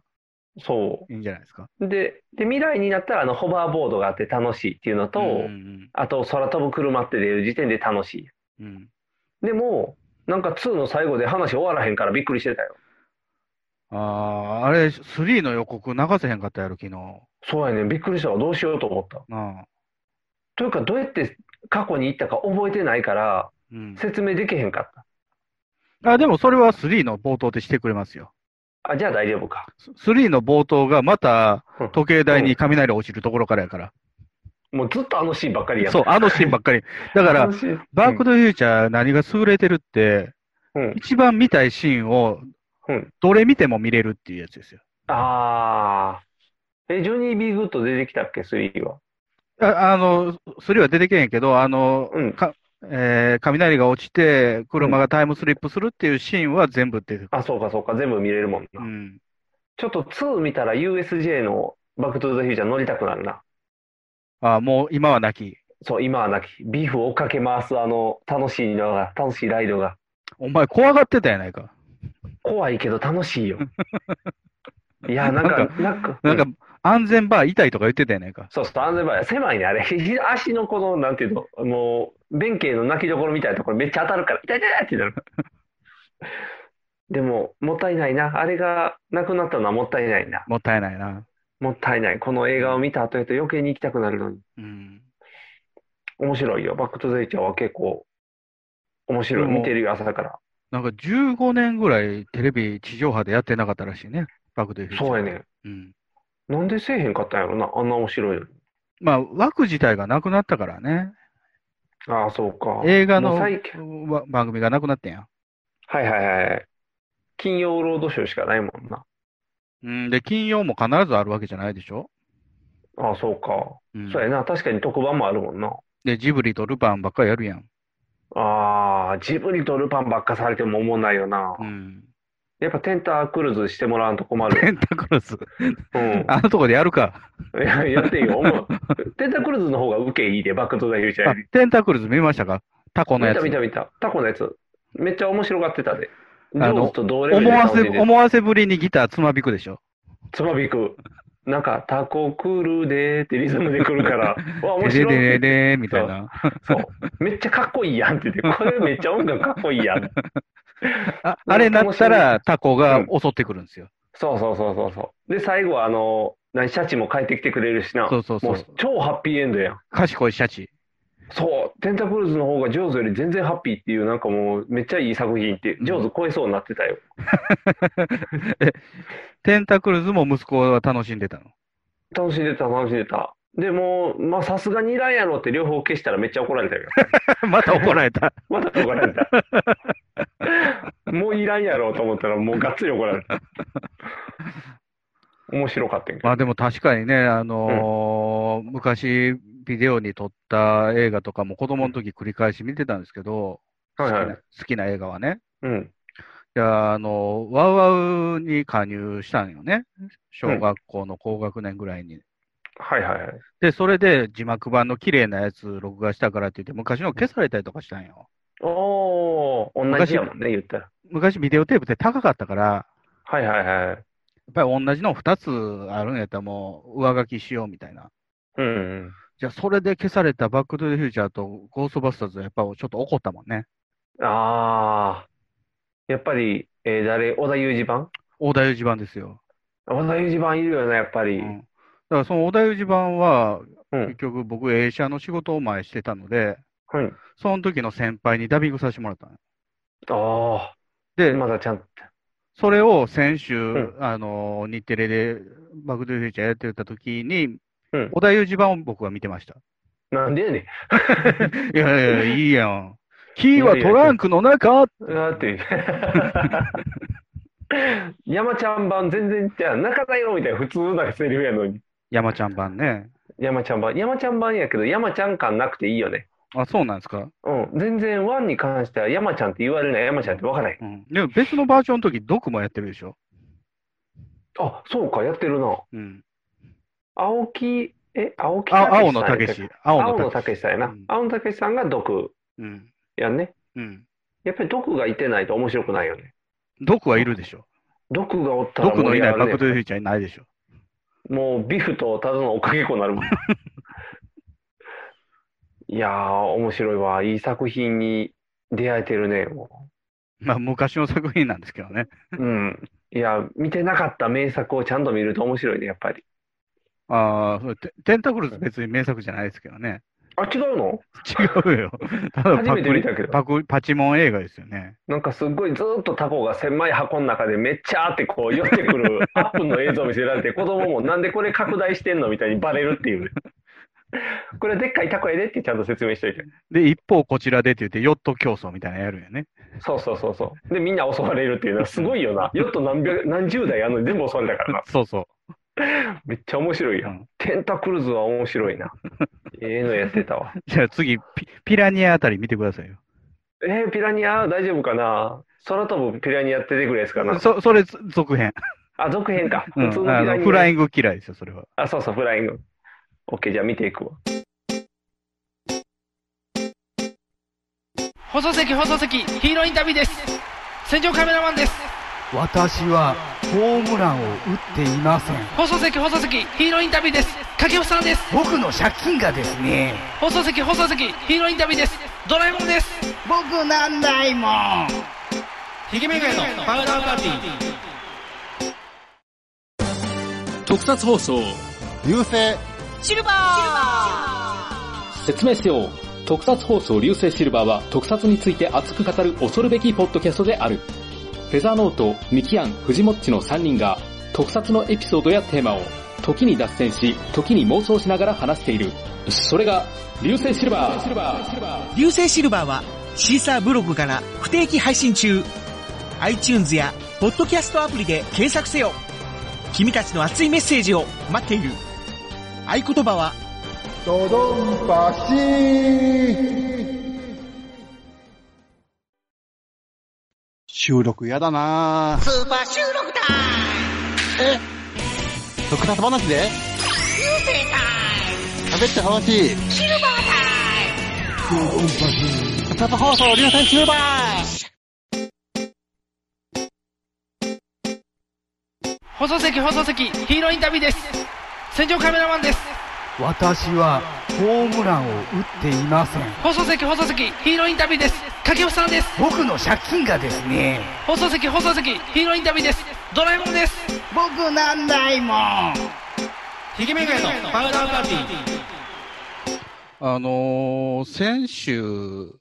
そいいんじゃないですか。う。で、で、未来になったら、あの、ホバーボードがあって楽しいっていうのと、うんうんあと、空飛ぶ車って出る時点で楽しい。うんうん。でも、なんか2の最後で話終わらへんからびっくりしてたよ。ああ、あれ、3の予告流せへんかったやろ、昨日。そうやねんびっくりしたわ。どうしようと思った。なあ。というか、どうやって過去に行ったか覚えてないから、うん。説明できへんかった。あ、でもそれは3の冒頭でしてくれますよ。あ、じゃあ大丈夫か。 3の冒頭がまたうん時計台に雷落ちるところからやから。もうずっとあのシーンばっかりやん。そう、あのシーンばっかり。だかあらの、シーンバークドフューチャー何が優れてるって、うん一番見たいシーンをうん、どれ見ても見れるっていうやつですよ。あー。え、ジョニー・ビー・グッド出てきたっけ、3は。ああの、3は出てけへんけど、あの、うんかえー雷が落ちて、車がタイムスリップするっていうシーンは全部出てくる。あ、そうか、そうか、全部見れるもんな。うん。ちょっと2見たら USJ のバック・トゥ・ザ・フューチャー乗りたくなるな。あもう今はなき。そう、今はなき。ビーフを追っかけ回す、あの、楽しいのが、楽しいライドが。お前怖がってたやないか。怖いけど楽し いよ。いや、なんか、なんか、なんうか、安全バー痛いとか言ってたやないか。そうそう、安全バー狭いね、あれ。 ひ足のこの、なんていうの、もう、弁慶の泣きどころみたいなところめっちゃ当たるから、痛い痛い痛いってなる。でも、もったいないな。あれがなくなったのはもったいないな。もったいないな。もったいない。この映画を見た後へと余計に行きたくなるのに。うん。面白いよ。バックトゥザイチャーは結構、面白い。見てるよ、朝から。なんか15年ぐらいテレビ地上波でやってなかったらしいね。バックドゥフューチャーそうやね。うん。なんでせえへんかったんやろな。あんな面白いのに。まあ、枠自体がなくなったからね。ああ、そうか。映画ものう最近わ番組がなくなってんや。はいはいはい。金曜ロードショーしかないもんな。うん。で、金曜も必ずあるわけじゃないでしょ。ああ、そうか。うん。そうやな。確かに特番もあるもんな。で、ジブリとルパンばっかりやるやん。ああ、ジブリとルパンばっかされても思わないよなう。ん。 やっぱテンタークルーズしてもらわんと困ペる。ンタクルス。うん。あのとこでやるか。いや、やっていいよ。思うテンタクルーズの方が受けいいで、バックトゥザフューチャーあより。ペンタクルス見ましたかタコのや見つた。見た見た。タコのやつ。めっちゃ面白がってたで。ジあのョーズと同レベル思でわ楽しんでせ、思わせぶりにギターつまびくでしょ。つまびく。なんか、タコ来るでーってリズムで来る から、うわ、面でで白いででみたいな。そう。めっちゃかっこいいやんって言って、これめっちゃ音楽かっこいいやん。ああれなったらタコが襲ってくるんですよ。そうそうそうそうそう。で、最後はあの、何、シャチも帰ってきてくれるしな。そうそうそうもう超ハッピーエンドやん。賢いシャチ。そう。テンタクルーズの方がジョーズより全然ハッピーっていう、なんかもうめっちゃいい作品って、ジョーズ超えそうになってたよ。テンタクルズも息子は楽しんでたの。楽しんでた、楽しんでた。でもう、まあさすがにいらんやろって両方消したらめっちゃ怒られたよ。 また怒られた。 また怒られた。もういらんやろうと思ったら、もうがっつり怒られた。面白かったんやけど。まあでも確かにね、あのー昔ビデオに撮った映画とかも子供の時繰り返し見てたんですけど、好きはいなはい。好きな映画はね。うん。いや、あの、ワウワウに加入したんよね。小学校の高学年ぐらいに。はいはいはい。で、それで字幕版の綺麗なやつ録画したからって言って、昔の消されたりとかしたんよ。おー、同じやもんね、言ったら。昔ビデオテープって高かったから、はいはいはい。やっぱり同じの2つあるんやったらもう上書きしようみたいな。うんうん。じゃあ、それで消されたバックトゥーフューチャーとゴーストバスターズはやっぱちょっと怒ったもんね。あやっぱり、えー誰、小田裕二版大田裕二版ですよ。小田裕二版いるよね、やっぱうり。ん。だからその小田裕二版は、うん結局僕映写の仕事を前してたので、はい。その時の先輩にダビングさせてもらったの。あであ、、まだちゃんと。それを先週、んあの、日テレでバックトゥーフューチャーやってた時に、うん小田裕二版を僕は見てま した。なんでやねん。いやいや、いいやん。キーはトランクの中うわーって いう。山ちゃん版全然じゃあ中だよみたいな普通なセリフやのに山ちゃん版ね。山ちゃん版山ちゃん版やけど山ちゃん感なくていいよねあ、そうなんですかうん全然ワンに関しては山ちゃんって言われない山ちゃんって分からへんうん。でも別のバージョンの時、毒もやってるでしょ。あそうかやってるなうん。青木え青木あ武青野さんやったっけ武青野青武野武さんやな、うん青野武さんが毒うん。やんねうん。やっぱり毒がいてないと面白くないよね毒はいるでしょ。毒がおったら毒のいない盛り上がバるッねクトゥーフューチャーにないでしょ。もうビフとただの追っかけっこになるもん。 いやー、面白いわ。いい作品に出会えて るね。もまあ昔の作品なんですけどね。ううん。いや、見てなかった名作をちゃんと見ると面白いね、やっぱり。ああ、そうテテンタクルズ別に名作じゃないですけどね。あ、違うの違 うよ。ただパ初めクてリ見たけどパクパチモン映画ですよね。なんかすっごいずーっとタコが狭い箱の中でめっちゃーってこう寄ってくる アップの映像を見せられて子供もなんでこれ拡大してんのみたいにバレるって いうね。これでっかいタコやでってちゃんと説明しといて。で、一方こちらでって言って、ヨット競争みたいなのやるんやね。そうそうそうそう。で、みんな襲われるっていうのはすごいよな。ヨット何百、何十台あんのに全部襲われた からな。そうそめっちゃ面白いうやんん。。テンタクルズは面白いな。ええのやって たわ。じゃあ次ピ、ピラニアあたり見てくださいよ。えー、ピラニア大丈夫かな空飛ぶピラニアって出てくるやつかなそ、それ、続編。あ、続編か。うん普通のピあラのニア。フライング嫌いですよ、それは。あ、そうそう、フライング。オッケー、じゃあ見ていくわ。放送席放送席ヒーローインタビューです戦場カメラマンです私はホームランを打っていません放送席放送席ヒーローインタビューです掛布さんです僕の借金がですね放送席放送席ヒーローインタビューですドラえもんです僕なんないもんひげめがのパウダーパーティー特撮放送流星シルバー説明しよう特撮放送流星シルバーは特撮について熱く語る恐るべきポッドキャストであるフェザーノートミキアン藤もっちの3人が特撮のエピソードやテーマを時に脱線し時に妄想しながら話しているそれが流星シルバー流星シルバーはシーサーブログから不定期配信中 iTunes やポッドキャストアプリで検索せよ君たちの熱いメッセージを待っている合言葉はドドンパシー収録やだなぁ。スーパー収録だ特撮話で流星タイム喋ってほしいシルバータイムドドンパシー特撮放送流星シルバー放送席放送席ヒーローインタビューです戦場カメラマンです私はホームランを打っていません放送席放送席ヒーローインタビューです掛布さんです僕の借金がですね放送席放送席ヒーローインタビューですドラえもんです僕なんないもんひげめがのパウダーパーティーあのー先週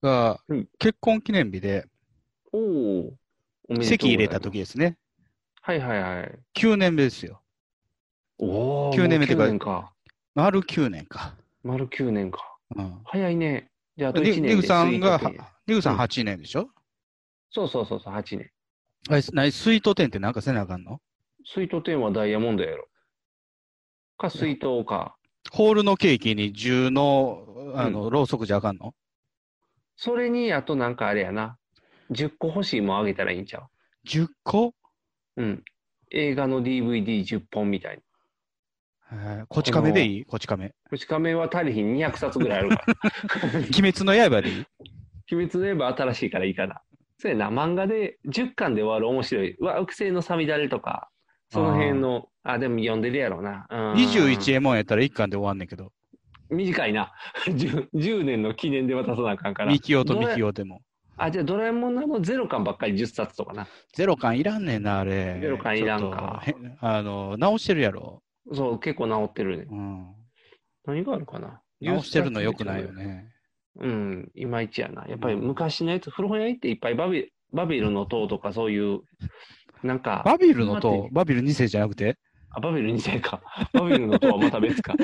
がうん結婚記念日で、おお。おめでと席う入ござれいまたす時。ですね。はいはいはい。 9年目ですよ。おお。 9年目ってもかう9年か。丸9年か。丸9年か。うん。早いね。じゃあ、あとリ1年リグでさスイんーが、トは店リグさんうん8年でしょそうそうそうそう、8年。あれ、ない、スイート店ってなんかせなあかんのスイート店はダイヤモンドやろ。か、スイートか。ホールのケーキに銃の、あの、ろうそくじゃあかんのそれに、あとなんかあれやな。10個欲しいもんあげたらいいんちゃ ?10 個ううん。映画の DVD10 本みたいに。えーこち亀でいいこち亀。こち亀は足りひん200冊ぐらいあるから。鬼滅の刃でいい鬼滅の刃新しいからいいかな。そうやな、漫画で10巻で終わる面白い。うわ、惑星のさみだれとか、その辺の、あでも読んでるやろうな。うん、 21円もんやったら1巻で終わんねんけど。短いな10。10年の記念で渡さなあかんからミ。キオとミキオでも。あ、じゃあドラえもんのあのゼロ巻ばっかり10冊とかな。ゼロ感いらんねんな、あれ。ゼロ感いらんかちょっとへあの、直してるやろ。そう、結構治ってるね。何があるかな。直してるの良くないよね。うん、いまいちやな。やっぱり昔のやつ、古本屋行っていっぱいバビバビルの塔とかそういう、なんか。バビルの塔、バビル2世じゃなくてあ、バビル2世か。 バビルの塔はまた別か。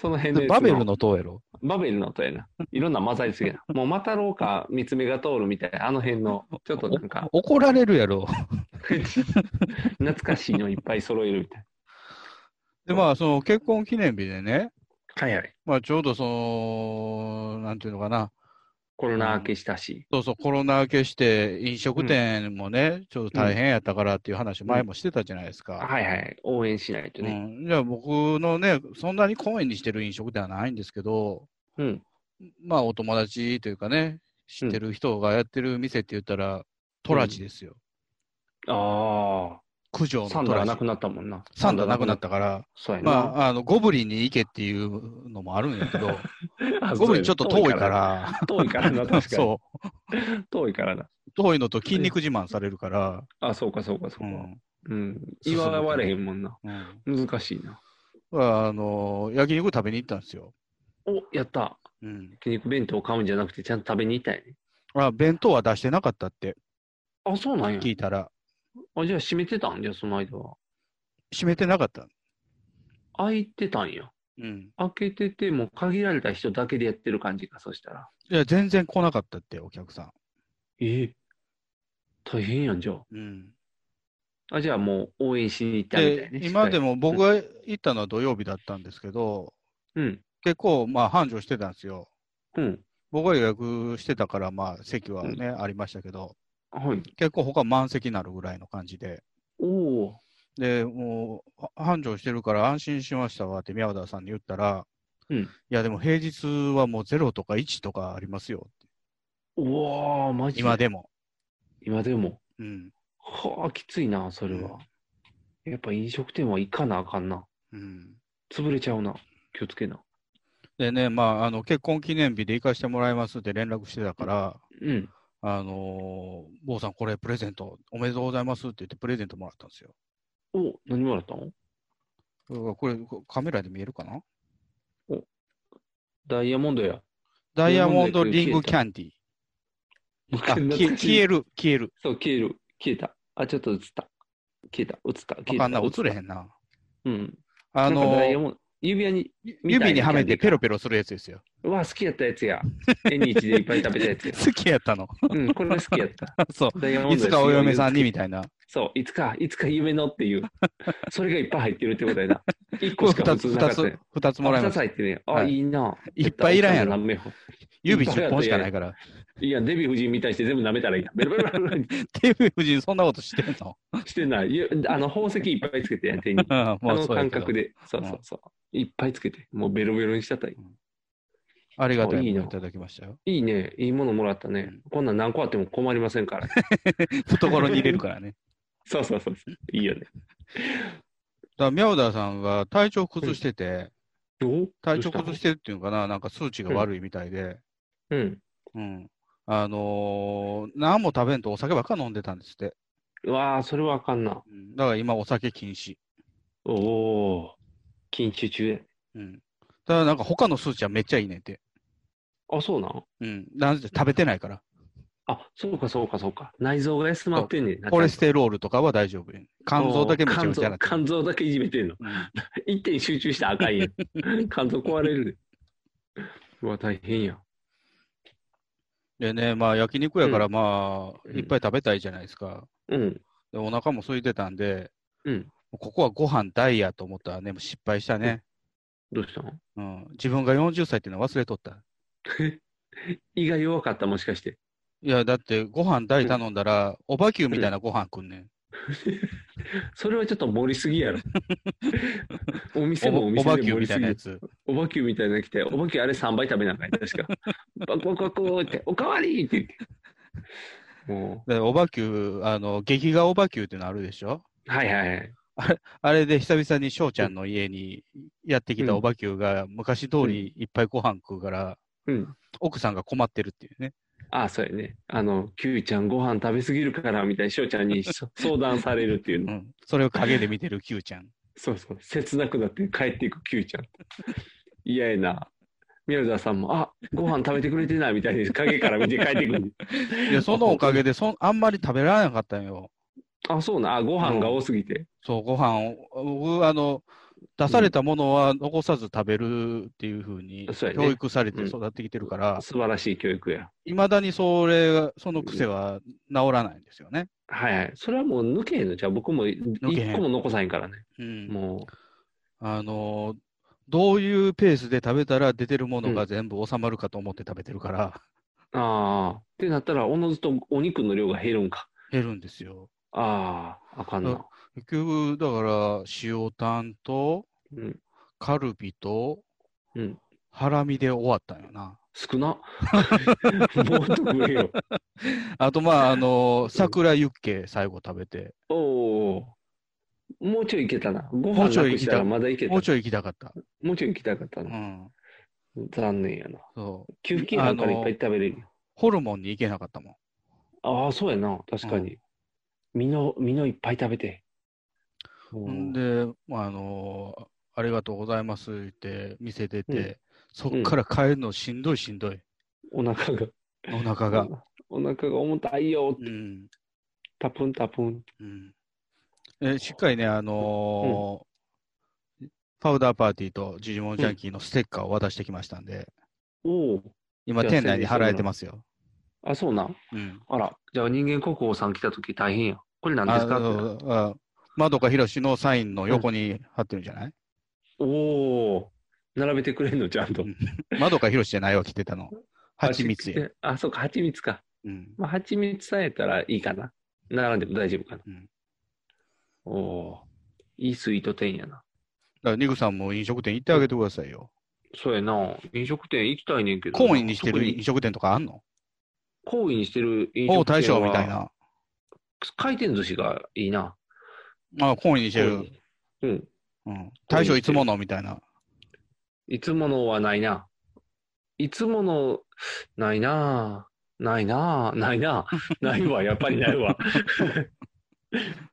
その辺で。バビルの塔やろ。バベルの音やな。いろんな混ざりすぎやな。もうまたろうか、三つ目が通るみたいな、あの辺の、ちょっとなんか、怒られるやろ。 懐かしいのいっぱい揃えるみたいで、まあ、その結婚記念日でね、はいはい。まあ、ちょうどその、なんていうのかな、コロナ明けしたし。そうそう、コロナ明けして、飲食店もね、ちょっと大変やったからっていう話、前もしてたじゃないですか。はいはい。応援しないとうね。ん、じゃあ僕のね、そんなに公園にしてる飲食ではないんですけど、うん、まあお友達というかね、知ってる人がやってる店って言ったら、トラジですよ。ああ。九条のサントダーラなジく。なったもんな。サンダーなくなったから、そうやな。まあ、あの、ゴブリンに行けっていうのもあるんやけど あ、ゴブリンちょっと遠いから、遠いからな、確かに。そ遠いからな。う。遠いのと筋肉自慢されるから、あ、そうか、そうか、そうか。うん。進祝むわれへんもんな。うん難しいな。あの、焼肉食べに行ったんですよ。お、やった。うん。筋肉弁当を買うんじゃなくて、ちゃんと食べに行ったんやね。あ、弁当は出してなかったってあ、そうなんや。聞いたら、あ、じゃあ閉めてたんじゃ、その間は。閉めてなかった。開いてたんや。うん。開けてても限られた人だけでやってる感じか、そしたら。いや、全然来なかったって、お客さん。ええ大変やん、じゃあ。うん。あ、じゃあもう応援しに行ったみたでい、ね。今でもも。僕が行ったのは土曜日だったんですけど、うん。結構、まあ、繁盛してたんですよ。うん。僕が予約してたから、まあ、席はね、ありましたけど、はい。結構他満席になるぐらいの感じで、おおで、もう、は繁盛してるから安心しましたわって宮和田さんに言ったら、ー。うん。いや、でも平日はもう0とか1とかありますよ。うわー、マジ今でも。今でも。うん。はあ、きついな、それは。やっぱ飲食店は行かなあかんな。うん。潰れちゃうな。気をつけな。でね、まあ、あの、結婚記念日で行かしてもらいますって連絡してたから、うん。あのー坊さんこれプレゼント、おめでとうございますって言ってプレゼントもらったんですよ。お、何もらったのうわこれカメラで見えるかなダイヤモンドや。ダイヤモンドリングキャンディー。あ懐かしい消え消える、消える。そう、消える。消えた。あ、ちょっと映った。消えた。映った。あ消えかた。んな、映れへん。んな。うん。あなんかダイヤの、モンド指輪に、指にはめてペロ。ロペロするやつです よ。うわ、好きやったや つや。N1 でいっぱい食べたやつや。好きやったの。 うん、これ好きやった。そダイヤモンう。ドいつかお嫁さんにみたいな。そう、いつか、いつか夢のっ ていう。それがいっぱい入ってるってことやな。一これ個しか二普通つ、二なかったつや。、二つもらいあま二つす。入ってね。あ、はいい、いな。いっぱいいらんやろ何名本。指10本しかないから。いや、デヴィ夫人みたいにして全部舐めたらいいな。ベロベロベロベロデヴィ夫人そんなことしてんの してない。いやあの、宝石いっぱいつけてやん、手に。うんあまのそうや感けど覚で。そうそうそう。いっぱいつけて。もうベロベロにしちゃったらいありがたいあいいもなのいただきました よ。い。いいね。いいものもらったね。こんなん何個あっても困りません から。懐に入れるからね。そうそうそうそう。いいよね。だから、ミャオダーさんが体調崩してて、どう体調崩どうししてるっていうのかな、なんか数値が悪いみたいで、たのうん。うん。あのー何も食べんとお酒ばっか飲んでたんですって。うわあ、それはあかんな。うんだから今お酒禁止。おお。禁酒中や。うん。ただなんか他の数値はめっちゃいいねんって。あ、そうなんうん。なんせ食べてないから。あ、そうかそうかそうか。内臓が休まってんねんな。コレステロールとかは大丈夫やん。肝臓だけめちゃめちゃなっ肝てる臓肝臓だけいじめてんの。うん一点集中したらあかん やん。肝臓壊れるで。うわ、大変や。でね、まあ焼肉やからうんまあ、うんいっぱい食べたいじゃないですか。うん。でお腹も空いてたんで、うん。ここはご飯大やと思ったらね、もう失敗したね。どうしたの うん。自分が40歳っていうのは忘れとった。胃が弱かった、もしかして。いや、だってご飯大頼んだら、おばきゅうみたいなご飯くんねん。それはちょっと盛りすぎやろ。 お店もおお店ばできゅ盛うみりたすいぎなやや。つ。おばきゅうみたいなの来て、おばきゅうあれ3倍食べなあかんや 確か。バクバクバクって、おかわりって言って。もでおばきゅう、あの、劇画おばきゅうってのあるでしょう、はいはいはい。あれで久々に翔ちゃんの家にやってきたうんおばきゅうが昔通りいっぱいご飯食うから、うん。奥さんが困ってるっていうね。ああ、そうやね。あの、キュウイちゃんご飯食べすぎるから、みたいに、しおちゃんにそ相談されるっていうの。それを陰で見てるキュウちゃ ん。そうそう。切なくなって帰っていくキュウちゃん。嫌やな。宮沢さんも、あ、ご飯食べてくれてないみたいに影から見て帰ってく る。いや、そのおかげでそん、あんまり食べられなかったんよ。あ、そうな。あ、ご飯が多すぎて。そう、ご飯を、僕、あの、出されたものは残さず食べるっていうふうにそうやね教育されて育ってきてるから、素晴らしい教育や。いまだにそれが、その癖は治らないんですよね。はいはい。それはもう抜けへんの。じゃあ僕も一けへん個も残さへんからね。うん。もあの、どういうペースで食べたら出てるものが全部収まるかと思って食べてるから、う、ああ。ってなったら、おのずとお肉の量が減るんか。減るんですよ。ああ、あかんな。結局、だから、塩タンと、カルビと、ハラミで終わったんよな。少な。 もっと食えよ。あと、まあ、あの、桜ユッケ最後食べて。おおー。もうちょいいけたな。ごも飯うちょいな行くきしたたらまだいけた。もうちょい行きたかった。もうちょい行きたかったな。残念やな。そう。給付金あったらいっぱい食べれるよ。ホルモンに行けなかったもん。ああ、そうやな。確かに。身の、身のいっぱい食べて。んで、まあ、あのありがとうございますって店出て、うんそっから帰るのしんどいしんどい。お腹が。お腹が。 お腹が重たいよって。タプンタプン。えしっかりね、あのーパウダーパーティーとジジモンジャンキーのステッカーを渡してきましたんで、おお。今じゃあ店内に貼られてますよ。あ、そうなん。うん。あら、じゃあ人間国宝さん来た時大変や。これ何ですかあってのあまどかひろしのサインの横に貼ってるんじゃないおおー。並べてくれんの、ちゃんと。まどかひろしじゃないわ、着てたの。蜂蜜や。あ、そうか、蜂蜜か。うん。まあ、蜂蜜さえたらいいかな。並んでも大丈夫かな。おおー。いいスイート店やな。だから、ニグさんも飲食店行ってあげてくださいよ。そうやな。飲食店行きたいねんけどな。懇意にして特る飲食店とかあんの行為にしてる飲食店おはう大将みたいな。回転寿司がいいな。あ、懇意にしてる。うん。うん。大将いつものみたいな。いつものはないな。いつもの、ないな。ないな。ないな。ないわ。やっぱりないわ。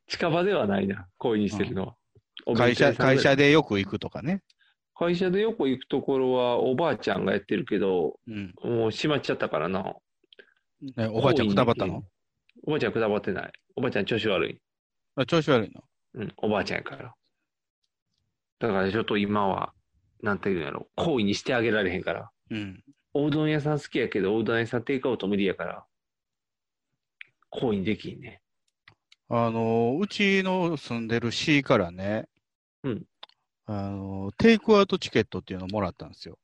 近場ではないな。恋にしてるのは。お会弁当屋社、さんぐらい会社でよく行くとかね。会社でよく行くところは、おばあちゃんがやってるけど、うん。もう閉まっちゃったからな。ねおばあちゃんくたばったのおばあちゃんくたばってない。おばあちゃん調子悪い。あ調子悪いのうん、おばあちゃんやから。だからちょっと今は、なんていうんやろ、好意にしてあげられへんから。うん。おうどん屋さん好きやけど、おうどん屋さんテイクアウト無理やから、好意にできんね。あの、うちの住んでる市からね、うん。あの、テイクアウトチケットっていうのをもらったんですよ。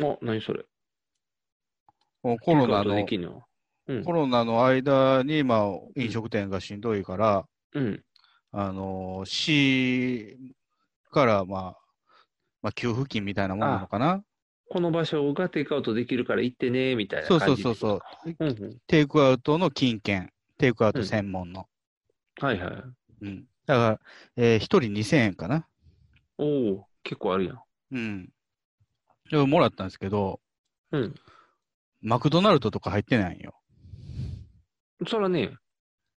あ、何それ。もうコロナテイクアウトでの、きんの。うんコロナの間に、まあ、飲食店がしんどいから、うん。あの、市から、まあ、まあ、給付金みたいなもんなのかな。この場所がテイクアウトできるから行ってね、みたいなそうそ感うじそうそう。うんうん。テイクアウトの金券、テイクアウト専門の。はいはい。うん。だから、えー、1人2000円かな。おお結構あるやん。うん。でももらったんですけど、うん。マクドナルドとか入ってないんよ。そらね、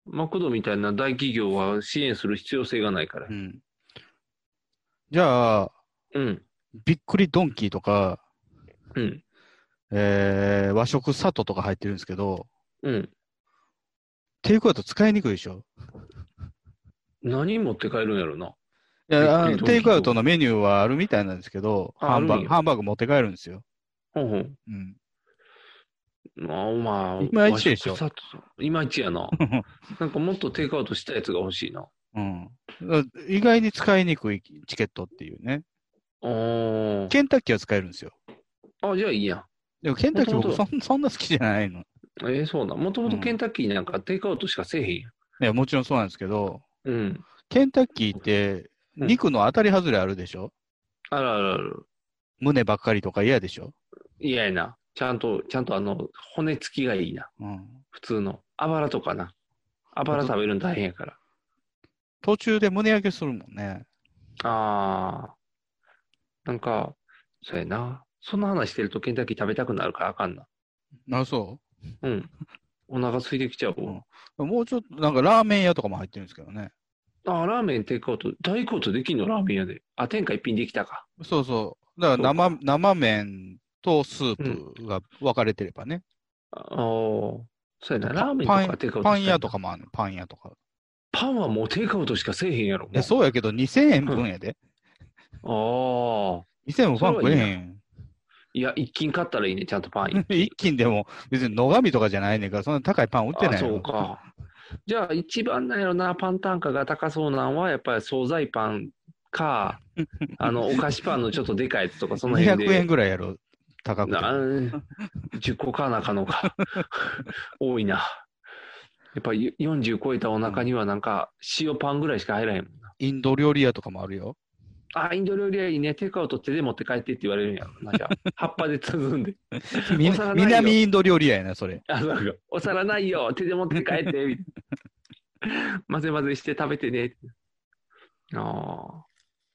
マクドみたいな大企業は支援する必要性がないから。うん。じゃあ、うん。びっくりドンキーとか、うん。えー、和食サトとか入ってるんですけど、うん。テイクアウト使いにくいでしょ。何持って帰るんやろな。いや、あびっの、くテりドンキーとイクアウトのメニューはあるみたいなんですけど、あハンバあるーんグ、やハンバーグ持って帰るんですよ。ほんほん。うん。まあ、まあ、いまいちでしょ和食さいまいちや な。なんかもっとテイクアウトしたやつが欲しいな。うん。だから意外に使いにくいチケットっていうね。おーケンタッキーは使えるんですよ。あ、じゃあいいやん。でもケンタッキーもと僕もとそんそんな好きじゃないの。いえーそうなん。もともとケンタッキーなんかテイクアウトしかせえへんやん。や、もちろんそうなんですけど、うん。ケンタッキーって肉の当たり外れあるでしょ、あるあるある。胸ばっかりとか嫌でしょ嫌やな。ちゃんと、ちゃんとあの、骨付きがいいな。うん。普通の。あばらとかな。あばら食べるの大変やから。途中で胸焼けするもんね。ああ。なんか、そうやな。そんな話してるとケンタッキー食べたくなるからあかんな。あ、そうん。お腹空いてきちゃう、うん、もうちょっと、なんかラーメン屋とかも入ってるんですけどね。あ、ラーメンテイクアウト、大好物できんのラーメン屋で。あ、天下一品できたか。そうそう。だから生、生麺とスープが分かれてればね。ああ、そうやな。ラーメンとかテイクアトウパン屋とかもあるパン屋とか。パンはもうテイクアウトしかせえへんやろ。え、そうやけど2000円分やで。うん、ああ。 2000円もパン食えへん。いや、一斤買ったらいいね、ちゃんとパン。一斤でも、別に野上とかじゃないねんから、そんな高いパン売ってないよ。そうか。じゃあ、一番なんやろな、パン単価が高そうなんは、やっぱり惣菜パン か、あの、お菓子パンのちょっとでかいやつとか、その辺で。 200円ぐらいやろ、高くて。 10個かなかのか。 多いな。やっぱり40超えたお腹にはなんか、塩パンぐらいしか入らへんもんな。インド料理屋とかもある よ。あ、インド料理屋にね、テイクアウト手で持って帰ってって言われるんやろな、じゃあ。葉っぱで包んで。南インド料理屋やな、それ。あ、そうか。お皿ないよ、手で持って帰って、 みたいな。混ぜ混ぜして食べてね。ああ。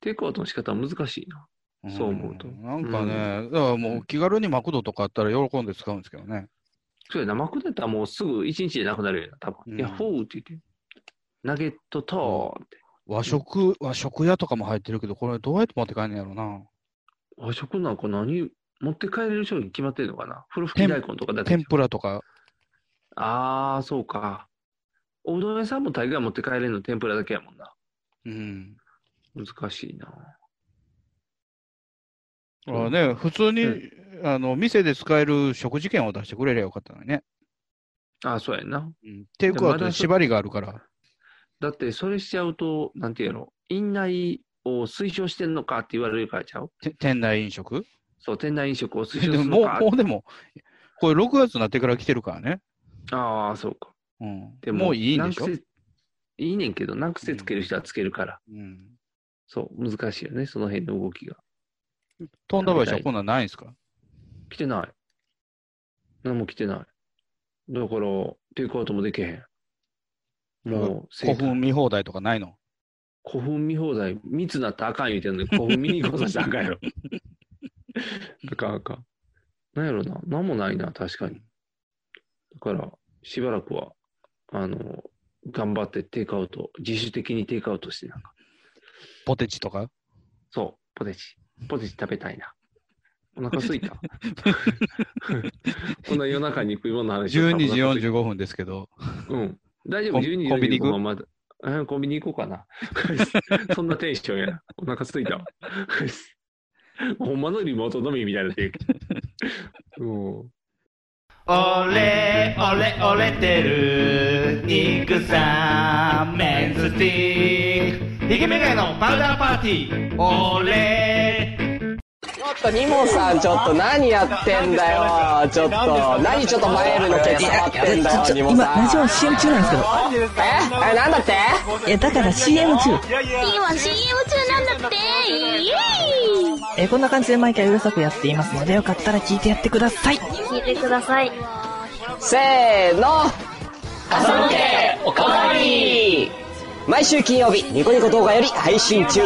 テイクアウトの仕方は難しいな。そう思うと。なんかね、うん、だからもう気軽にマクドとかあったら喜んで使うんですけどね。そうやな、マクドやったらもうすぐ1日でなくなるよな、多分。うん、ヤッホーって言って。ナゲットとーって。和食、和食屋とかも入ってるけど、これどうやって持って帰んのやろな。和食なんか何、持って帰れる商品決まってるのかなふるふき大根とかだけ天ぷらとか。ああ、そうか。おうどん屋さんも大概持って帰れるの天ぷらだけやもんな。うん。難しいな。あね、普通に、うん、あの、店で使える食事券を出してくれりゃよかったのにね。ああ、そうやな。うん。テイクアウト縛りがあるから。だってそれしちゃうと、なんていうの、院内を推奨してんのかって言われるからちゃう店内飲食そう、店内飲食を推奨するのかもう。もうでも、これ6月になってから来てるからね。ああ、そうか。うん、でももういいんでしょいいねんけど、何癖つける人はつけるから。うん、うん、そう、難しいよね、その辺の動きが。飛んだ場所はこんなんないんすか来てない。何も来てない。だから、テイクアウトもできへん。もう、古墳見放題とかないの古墳見放題、密なったらあかん言うてんのに、古墳見に行こうとしたらあかんやろ。あかんあかん。なんやろな、なんもないな、確かに。だから、しばらくは、あの、頑張ってテイクアウト、自主的にテイクアウトしてなんか。ポテチとかそう、ポテチ。ポテチ食べたいな。お腹すいた。 こんな夜中に食い物の話12時45分ですけど。うん。大丈夫、12時コンビニ行くまだ、うん、コンビニ行こうかな。 そんなテンションや。お腹すいたわ。 ほんまのリモート飲みみたいなてう。おれおれおれてる肉さメンズティックひげめがいのパウダーパーティーおれちょっとニモさんちょっと何やってんだよちょっと何ちょっとマイルの毛触ってんだよニさモん今ラジオ CM 中なんですけどええなんだってえだから CM 中今 CM 中なんだってイエーイえこんな感じで毎回うるさくやっていますのでよかったら聞いてやってください聞いてくださいせーの笠野家おかわり毎週金曜日ニコニコ動画より配信中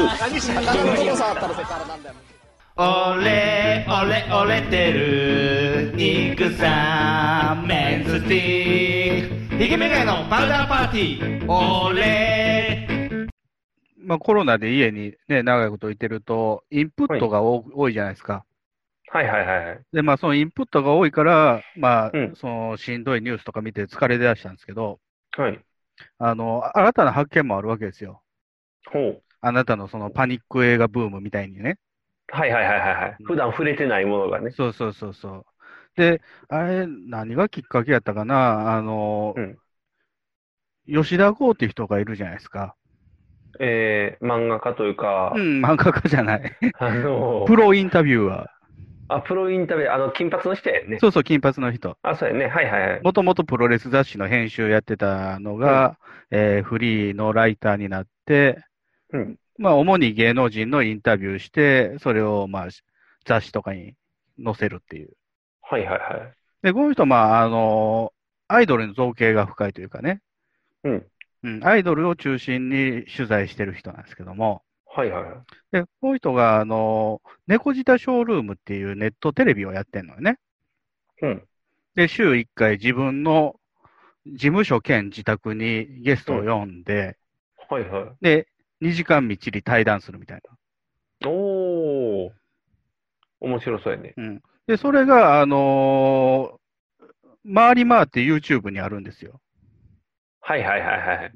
オレオレオレてる肉さメンズティックひげめがいのパウダーパーティーオレまあコロナで家にね、長いこといてると、インプットが多,、い、多いじゃないですか。はいはいはい。で、まあそのインプットが多いから、まあ、うん、そのしんどいニュースとか見て疲れ出したんですけど、はい。あの、新たな発見もあるわけですよ。ほう。あなたのそのパニック映画ブームみたいにね。はいはいはいはい。はい。普段触れてないものがね。そうそうそうそう。で、あれ、何がきっかけやったかなあの、うん、吉田剛っていう人がいるじゃないですか。えー、漫画家というか。うん、漫画家じゃない。あのー、プロインタビューは。あ、プロインタビュー、あの、金髪の人やね。そうそう、金髪の人。あ、そうやね。はいはいはい。もともとプロレス雑誌の編集やってたのが、うん、えー、フリーのライターになって、うん。まあ、主に芸能人のインタビューして、それをまあ雑誌とかに載せるっていう。はいはいはい。で、この人、まあ、あのアイドルの造形が深いというかね、うん。うん、アイドルを中心に取材してる人なんですけども、はいはいはい。で、この人が、あの、猫舌ショールームっていうネットテレビをやってんのよね。うん。で、週1回自分の事務所兼自宅にゲストを呼んで、はいはで、2時間みっちり対談するみたいい。おー。面白そうやね。な。うん。で、それが、あのー回り回って YouTube にあるんですよ。はいはいはいはい。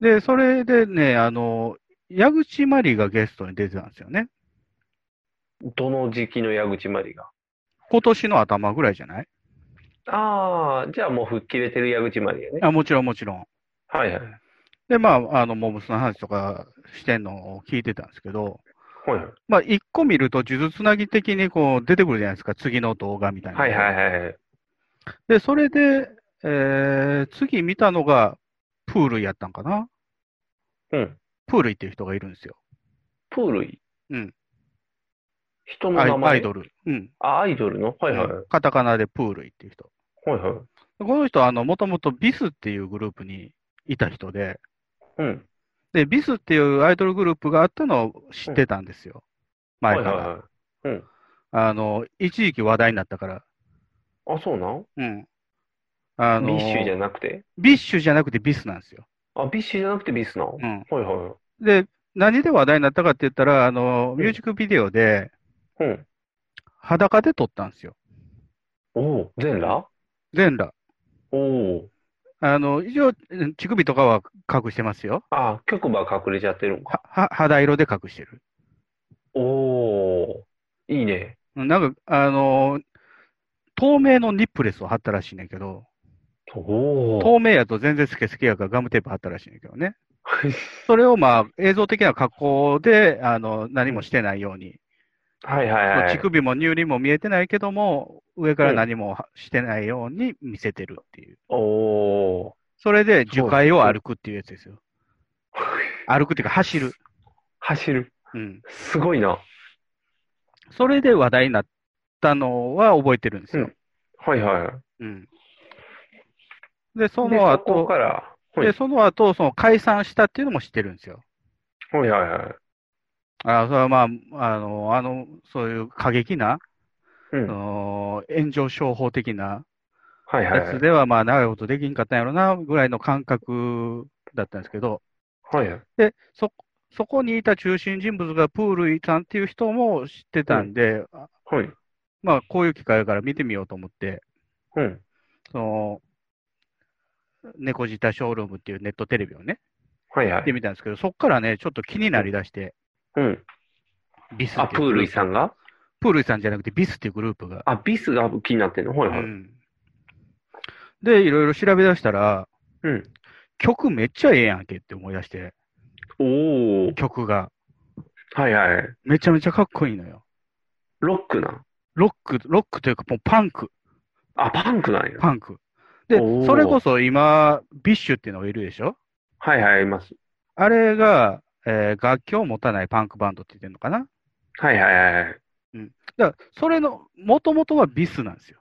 で、それでね、あのー矢口まりがゲストに出てたんですよね。どの時期の矢口まりが。今年の頭ぐらいじゃないああ、じゃあもう吹っ切れてる矢口まりやね。あもちろんもちろん。はいはい。で、まあ、あの、モブスの話とかしてんのを聞いてたんですけど、はいまあ、一個見ると、数珠つなぎ的にこう出てくるじゃないですか、次の動画みたいな。はいはいはい。で、それで、えー、次見たのが、プールイやったんかなうん。プールイっていう人がいるんですよ。プールイうん。人の名前アイアイドル。うん。あ、アイドルのはいはい。はいカタカナでプールイっていう人。はい。この人は、あの、もともとビスっていうグループにいた人で、うん。で、ビスっていうアイドルグループがあったのを知ってたんですよ。前から、はいはいはい。うん。あの、一時期話題になったから。あ、そうなんうん。あの、ビッシュじゃなくてビッシュじゃなくてビスなんですよ。あ、ビッシュじゃなくてビスなのうん。はいはで、何で話題になったかって言ったら、あの、ミュージックビデオで、うん。裸で撮ったんですよ。おお全裸全裸。おおあの、一応、うん乳首とかは隠してますよ。あ、局部は隠れちゃってるんか。は、肌色で隠してる。おおいいね。うんなんか、あの、透明のニップレスを貼ったらしいねんけど、おお透明やと全然スケスケやからガムテープ貼ったらしいねんけどね。それをまあ、映像的な加工で、あの、何もしてないように。はいはいまあはい。乳首も乳輪も見えてないけども、上から何もはしてないように見せてるっていう。おおそれで樹海を歩くっていうやつですよ。歩くっていうか走る。走る。うん。すごいな。それで話題になったのは覚えてるんですよ。はいはい。うん。で、そでのそこ後、から、はいで、その後、その解散したっていうのも知ってるんですよ。はいはいはい。あそれはまあ、あの、あの、そういう過激な、うんその炎上商法的なはいはいやはいつ。では、まあ、長いことできんかったんやろな、ぐらいの感覚だったんですけど、はいはい。で、そ、そこにいた中心人物がプールイさんっていう人も知ってたんで、あはい。まあ、こういう機会だから見てみようと思って、うん。その、猫舌ショールームっていうネットテレビをね、はいは見てい。みたんですけど、そこからね、ちょっと気になりだして、うん。ビスっていあ、うプールイさんがプールイさんじゃなくてビスっていうグループが。あ、ビスが気になってんのはいうはい。んで、いろいろ調べ出したら、うん。曲めっちゃええやんけって思い出して、おお曲が。はいはい。めちゃめちゃかっこいいのよ。ロックな。ロック、ロックというかもうパンク、あ、パンクなんや。パンク。でおー、それこそ今、ビッシュっていうのがいるでしょはいはい、います。あれが、えー楽器を持たないパンクバンドって言ってんのかなはいはいはいはい。だから、それの、もともとはビスなんですよ。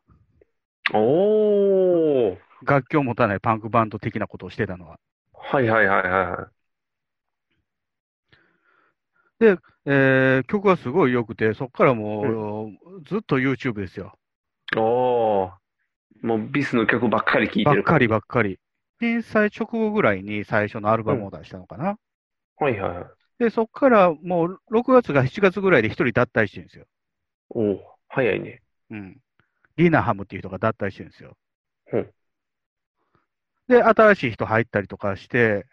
おー。楽器を持たないパンクバンド的なことをしてたのは。はいはいはいはで、えー曲がすごい良くて、そこからもう、ずっと YouTube ですよ。い。おー。もうビスの曲ばっかり聴いてばっるかから。りばっかり。震災直後ぐらいに最初のアルバムを出したのかな。はいはいはい。で、そこからもう6月か7月ぐらいで一人脱退してるんですよ。おー。早いね。うん。リナハムっていう人が脱退してるんですよ。うん。で、新しい人入ったりとかして、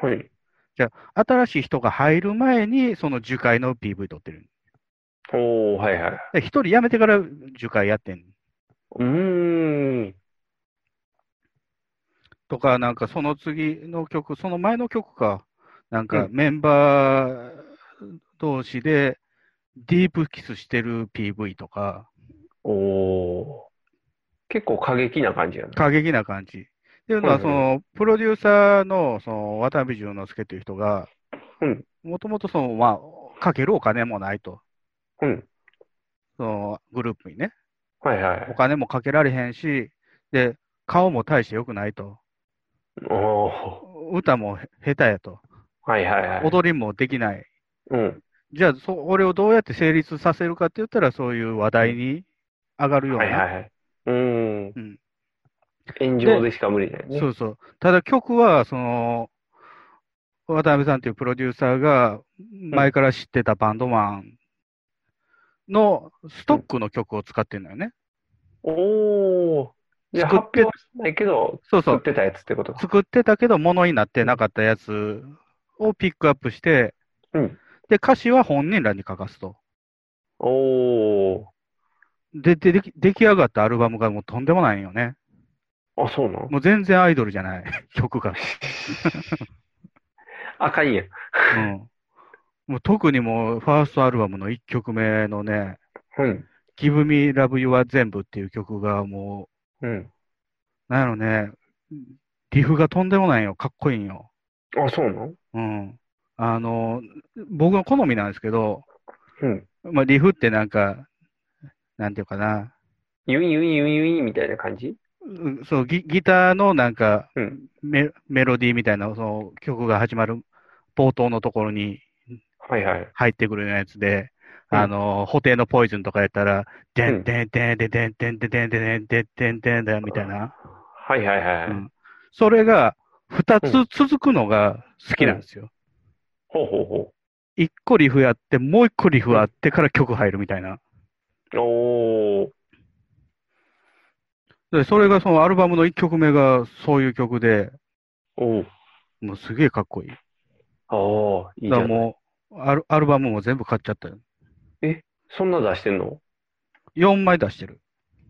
はい。じゃあ、新しい人が入る前に、その樹海の PV 撮ってる。おー、はいはい。で一人辞めてから樹海やってん。うーん。とか、なんかその次の曲、その前の曲か、なんかうんメンバー同士でディープキスしてる PV とか、おー。結構過激な感じやな。過激な感じ。っていうのは、はいそはいの、プロデューサーの、その、渡辺淳之介という人が、うん。もともとその、まあ、かけるお金もないと。うん。その、グループにね。はいはおい。金もかけられへんし、で、顔も大して良くないと。おー。歌も下手やと。はいはいはい。踊りもできない。うん。じゃあ、そ、これをどうやって成立させるかって言ったら、そういう話題に上がるようはいはないはい。うん。炎上でしか無理だよね。そうそう。ただ曲は、その、渡辺さんというプロデューサーが前から知ってたバンドマンのストックの曲を使ってるのよね。おお。じゃあ発表はしてないけど、そうそう作ってたやつってことか。作ってたけど、ものになってなかったやつをピックアップして、で、歌詞は本人らに書かすと。おお。で、で、でき出来上がったアルバムがもうとんでもないんよね。あ、そうなのもう全然アイドルじゃない、曲が。赤いやん。うん。もう特にもう、ファーストアルバムの1曲目のね、Give Me Love You は全部っていう曲がもう、なんやろね、リフがとんでもないんよ、かっこいいんよ。あ、そうなのうん。あの、僕の好みなんですけど、うん。まあ、リフってなんか、なんていうかな、ユインユインユインユインみたいな感じうんそうギ、ギターのなんかメ、メロディーみたいな、その曲が始まる冒頭のところにはいはい。入ってくるようなやつで、あの、布袋のポイズンとかやったら、でんでんでんでんでんでんでんでんでんでんでんでんでんみたいな。はいはいはい。それが、二つ続くのが好きなんですよ。ほうほうほ一個リフやって、もう一個リフあってから曲入るみたいな。う。おー。で、それがそのアルバムの一曲目がそういう曲で、もうすげえかっこいい。ああ、いいじだゃかならいもうアル、アルバムも全部買っちゃったよ。え、そんな出してんの ?4 枚出してる。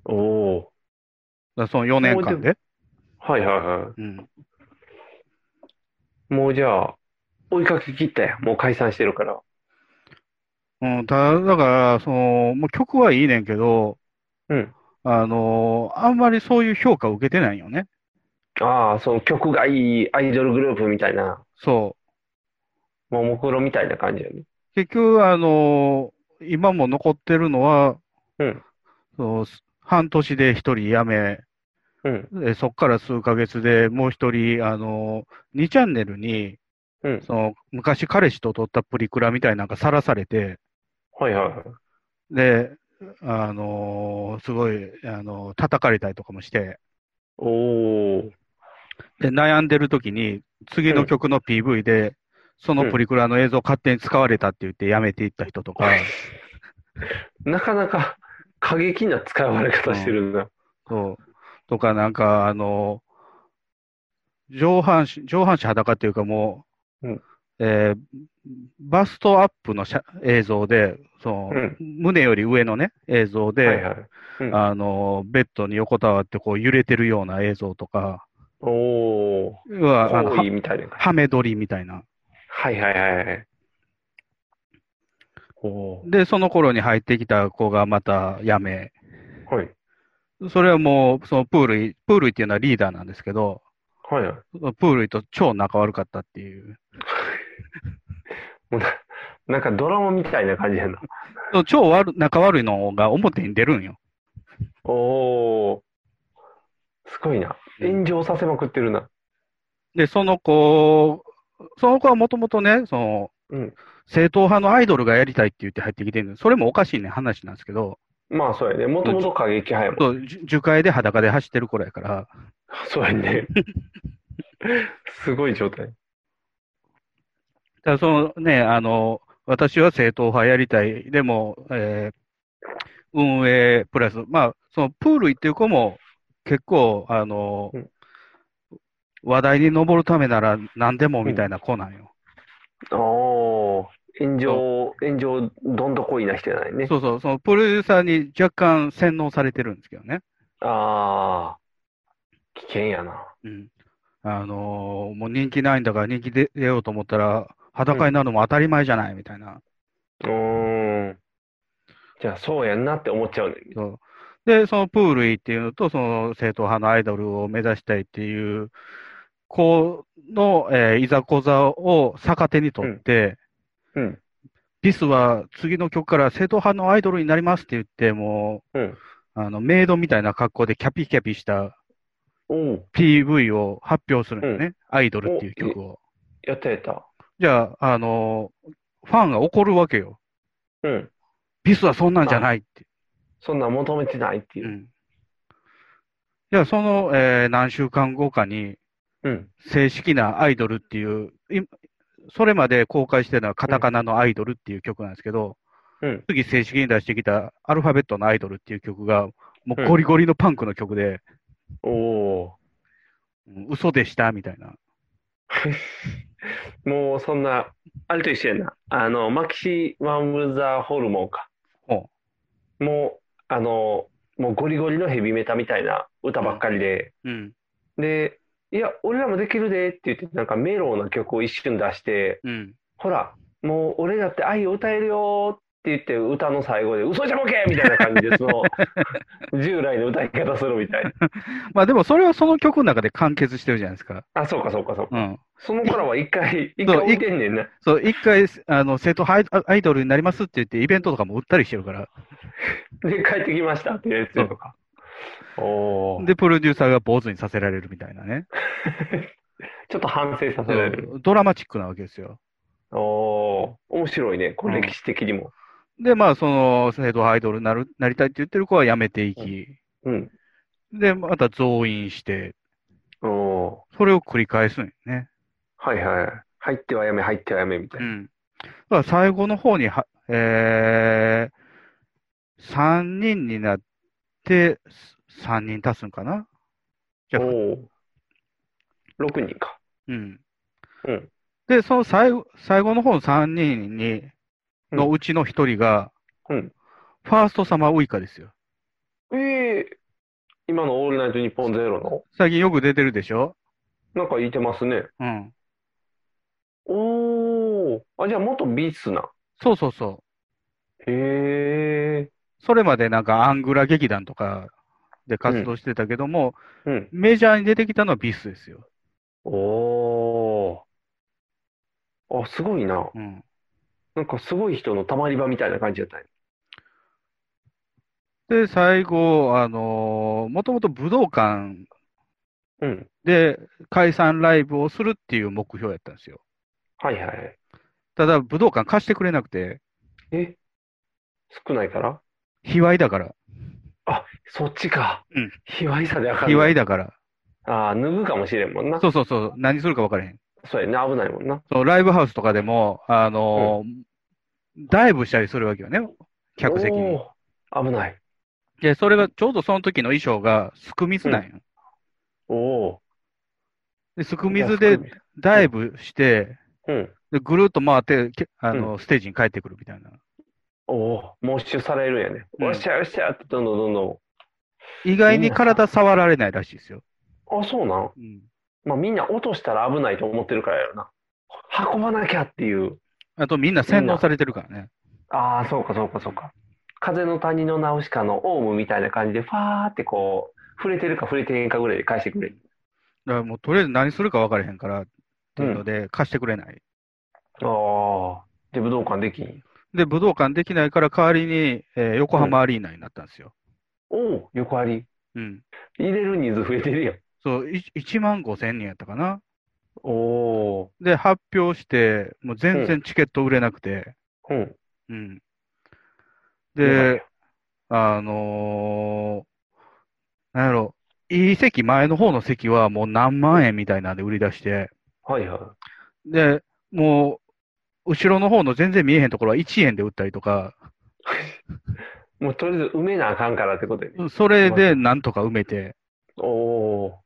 おお。だからその4年間で。はいはいはい。うん。もうじゃあ、追いかけ切ったやん。もう解散してるから。うん、ただ、だから、その、もう曲はいいねんけど、うん。あのーあんまりそういう評価を受けてないよね。ああ、その曲がいいアイドルグループみたいな、そももクロみたいな感じやね。う。結局、あのー今も残ってるのは、うん。その、す半年で一人辞め、うん。でそっから数ヶ月でもう一人、あのー、2チャンネルに、うん。その、昔彼氏と撮ったプリクラみたいなんかさらされて、はいはいはい。で、あのーすごい、あのー叩かれたりとかもして、おー。で、悩んでる時に、次の曲の PV で、そのプリクラの映像勝手に使われたって言ってやめていった人とか、なかなか過激な使われ方してるな。そう。とか、なんか、あの、上半身、上半身裸っていうかもう、うんえーバストアップの写映像で、その、うん胸より上のね、映像で、はいはいうんあの、ベッドに横たわってこう揺れてるような映像とか、おー。要は、あの、行為みたいな。はめ撮りみたいな。はいはいはいはい。おー。で、その頃に入ってきた子がまた辞め、はい。それはもう、そのプールイ、プールイっていうのはリーダーなんですけど、はいはい。プールイと超仲悪かったっていう。もうな、なんかドラマみたいな感じやな。そう超悪仲悪いのが表に出るんよ。おー。すごいな。炎上させまくってるな。で、その子、その子はもともとね、その、うん。正統派のアイドルがやりたいって言って入ってきてるのそれもおかしいね、話なんですけど、まあそうやね。もともと過激派やもん。そうじゅ樹海で裸で走ってる頃やから、 そうやね。 すごい状だ態。からそのね、あの、私は正統派やりたい。でも、えー運営プラス、まあ、そのプール行っていう子も結構、あの、話題に上るためなら何でもみたいな子なんよ。おー。炎上、炎上、どんどこいな人やないね。そうそう、そのプロデューサーに若干洗脳されてるんですけどね。あー。危険やな。うん。あのーもう人気ないんだから人気出出ようと思ったら裸になるのも当たり前じゃないみたいな。うーん。じゃあそうやんなって思っちゃうね。そう。で、そのプールイっていうのと、その正統派のアイドルを目指したいっていう子の、えーいざこざを逆手にとって、うん。ビスは次の曲から正統派のアイドルになりますって言って、もう、あの、メイドみたいな格好でキャピキャピしたおう PV を発表するんよね。アイドルっていう曲を。やったやった。じゃあ、あのーファンが怒るわけよ。うん。ビスはそんなんじゃないって。そんなん求めてないっていう。じゃあ、その、えー何週間後かに、うん。正式なアイドルっていう、いそれまで公開してたのはカタカナのアイドルっていう曲なんですけど、うん。次正式に出してきたアルファベットのアイドルっていう曲が、もうゴリゴリのパンクの曲で、おおうん嘘でしたみたいな。もうそんな、あれと一緒やな。あの、マキシワン・ブザ・ホルモンか。もう、あの、もうゴリゴリのヘビメタみたいな歌ばっかりで。うん。で、いや、俺らもできるでって言って、なんかメローな曲を一瞬出して、うん。ほら、もう俺だって愛を歌えるよって言って、歌の最後で、嘘じゃボケみたいな感じで、そ の、従来の歌い方するみたいな。まあでもそれはその曲の中で完結してるじゃないですか。あ、そうか、そうか、そうか。うん。その頃は一回、一そ回う置いてんねんな。そう、一回、あの、生徒ハイアイドルになりますって言って、イベントとかも売ったりしてるから。で、帰ってきましたっていうやつとか。おーで、プロデューサーが坊主にさせられるみたいなね。ちょっと反省させられる。ドラマチックなわけですよ。おー、面白いね、こうれん歴史的にも。で、まあ、その、生徒アイドルになる、なりたいって言ってる子は辞めていき、うん。で、また増員して、おそれを繰り返すんよね。ー、はいはい。入ってはやめ、入ってはやめみたいな。うん。だから最後の方には、えー、3人になって、3人足すんかなじゃあ、 6人か。うん。うん。で、その最後、最後の方の3人に、のうちの1人が、うん。ファーストサマーウイカですよ。ええ今のオールナイトニッポンゼロの、最近よく出てるでしょなんか言ってますね。うん。おー、あ、じゃあ元ビーツな。そうそうそへえ。う。それまでなんかアングラ劇団とかで活動してたけども、うん。メジャーに出てきたのはビスですよ。おー。あ、すごいな。うん。なんかすごい人のたまり場みたいな感じだったね。で、最後、あのー、もともと武道館うん。で解散ライブをするっていう目標やったんですよ。はいはい。ただ、武道館貸してくれなくて、え少ないから卑猥だから。あ、そっちか。うん。卑猥さであかん卑猥だから。ああ、脱ぐかもしれんもんな。そうそうそう。何するか分からへん。そうやね。危ないもんな。そう、ライブハウスとかでも、あのーダイブしたりするわけよね。客席に。おー危ない。で、それが、ちょうどその時の衣装が、スクミズなんよ。おおで、スクミズでダイブして、ー。うん。でぐるっと回って、けあの、ステージに帰ってくるみたいな。おおー、没収されるんやね。うんおっしゃよっしゃってどんどんどんど意外に体触られないらしいですよ。ん。あ、そうなん。まあみんな落としたら危ないと思ってるからやろな。運ばなきゃっていう。あとみんな洗脳されてるからね。ああ、そうかそうかそうか。風の谷のナウシカのオウムみたいな感じで、ファーってこう、触れてるか触れてへんかぐらいで返してくれる。だからもうとりあえず何するか分からへんからっていうので、貸してくれない。ああ。で、武道館できん。で、武道館できないから代わりに、えー横浜アリーナになったんですよ。おお、横あり。うん。入れる人数増えてるやん。そう、い1万5千人やったかな。おおで、発表して、もう全然チケット売れなくて、ー。うん。うん。うで、あのー、なんやろ、いい席、前の方の席はもう何万円みたいなんで売り出して、はいはで、もう、後ろの方の全然見えへんところは1円で売ったりとか、い。もうとりあえず埋めなあかんからってことやね。それでなんとか埋めて、おお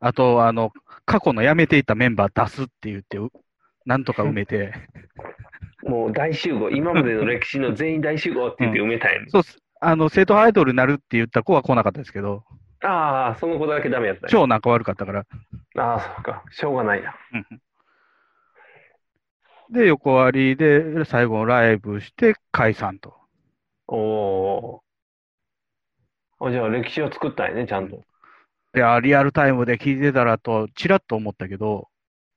あと、あの、過去の辞めていったメンバー出すって言って、うなんとか埋めて、ー。もう大集合。今までの歴史の全員大集合って言って埋めたんやね。そうっす、あの、生徒アイドルになるって言った子は来なかったですけど、ああ、その子だけダメやったんや。超仲悪かったから。ああ、そうか。しょうがないな。で、横割りで最後のライブして解散と。おお。あ、じゃあ歴史を作ったんやね、ちゃんと。で、あリアルタイムで聞いてたらと、ちらっと思ったけど、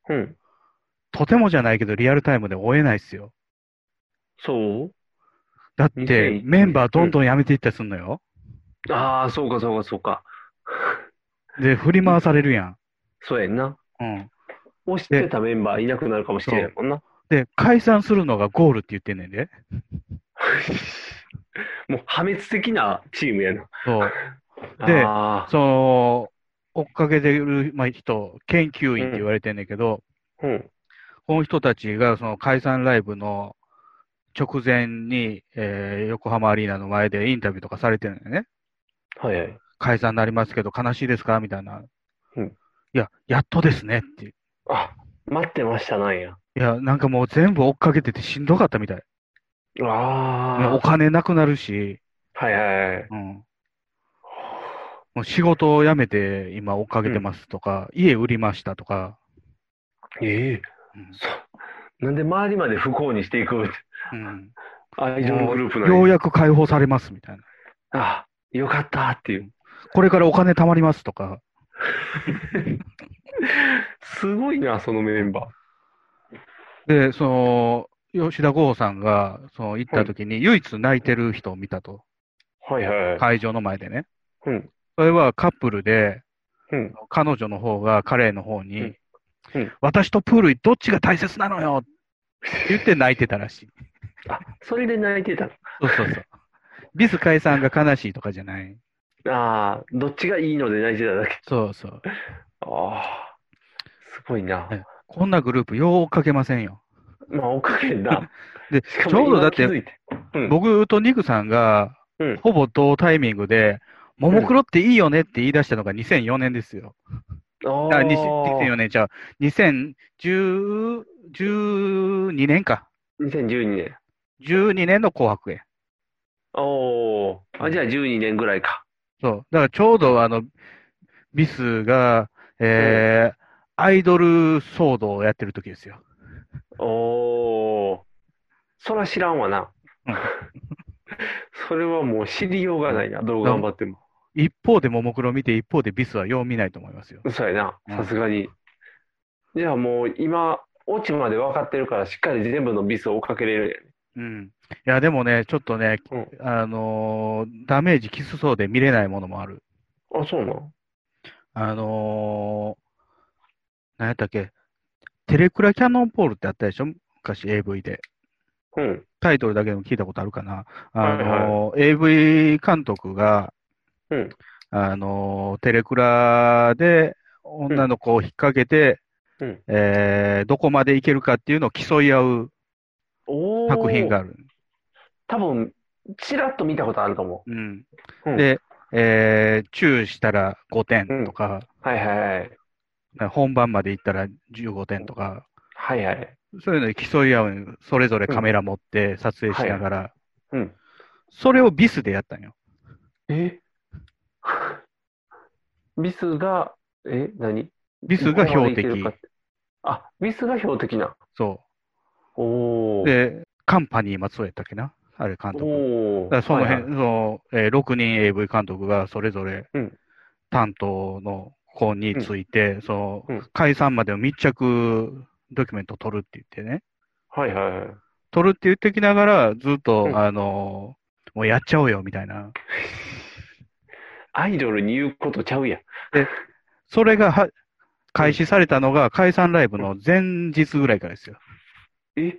うん。とてもじゃないけど、リアルタイムで追えないっすよ。そうだって、メンバーどんどん辞めていったりすんのよ。ああ、そうか、そうか、そうか。で、振り回されるやん。そうやんな。うん。押してたメンバーいなくなるかもしれないもんな。で、解散するのがゴールって言ってんねんで。もう破滅的なチームやな。そう。で、その、追っかけてる、まあ、人、研究員って言われてんねんけど、うんうんこの人たちがその解散ライブの直前に、えー横浜アリーナの前でインタビューとかされてるんだよね。はいはい。解散になりますけど悲しいですかみたいな。うんいや、やっとですねっていう。あ、待ってましたなんや。いや、なんかもう全部追っかけててしんどかったみたい。ねあお金なくなるし、あ。はいはいはい。うん。もう仕事を辞めて今追っかけてますとか、家売りましたとか、ええそなんで周りまで不幸にしていく、愛情のグループなんやようやく解放されますみたいな。あ、よかったっていう。これからお金貯まりますとか、すごいな、そのメンバで、その、吉田豪さんが、その、行った時に、唯一泣いてる人を見たと。ー。はいはいはい。会場の前でね。うん。それはカップルで、うん。彼女の方が彼の方に、うん。私とプールどっちが大切なのよって言って泣いてたらしい。それで泣いてたの。そうそうそう。ビス解散が悲しいとかじゃない。ああ、どっちがいいので泣いてただけ。そうそう。ああ、すごいな。こんなグループ、よう追っかけませんよ。まあ、おかげだ。で、しかちょもうどだっ今気てづい、うん僕とニクさんが、ほぼ同タイミングで、ももクロっていいよねって言い出したのが2004年ですよ。ああ、あに2004年じゃあ、2010 2012年か。 2012年。 12年の紅白へ。おお。あ、じゃあ12年ぐらいか。そう。だからちょうどあの、ビスが、えーアイドル騒動をやってる時ですよ。おお。そら知らんわな。 それはもう知りようがないな、どう頑張っても。一方でももクロ見て、一方でビスはよう見ないと思いますよ。嘘やな、さすがに。じゃあもう今、オチまで分かってるから、しっかり全部のビスを追っかけれるうん。いや、でもね、ちょっとね、あのーダメージきつそうで見れないものもある。やん。あ、そうなのあのー、何やったっけ、テレクラキャノンポールってあったでしょ昔 AV で。うん。タイトルだけでも聞いたことあるかな。あはいはいのー AV 監督が、うん。あのーテレクラで女の子を引っ掛けて、うん。えーどこまでいけるかっていうのを競い合うおお。作品があ。る。多分、ちらっと見たことあるかも。うん。うんで、えーチューしたら5点とか、はいはいはい。本番まで行ったら15点とか、はいはい。そういうので競い合う、それぞれカメラ持って撮影しながら、うん。それをビスでやったんよ。えビスが、え、何ビスが標的どこまでいけるかってあ、ビスが標的な。そおう。お。で、カンパニー松尾やったっけなあれ監督。だおお。からその辺、はいはいその、えー6人 AV 監督がそれぞれうん担当の子について、その、解散までの密着ドキュメントを撮るって言ってね。はいはいはい。撮るって言ってきながら、ずっと、うんあのーもうやっちゃおうよみたいな。アイドルに言うことちゃうやん。で、それがは開始されたのが解散ライブの前日ぐらいからですよ。え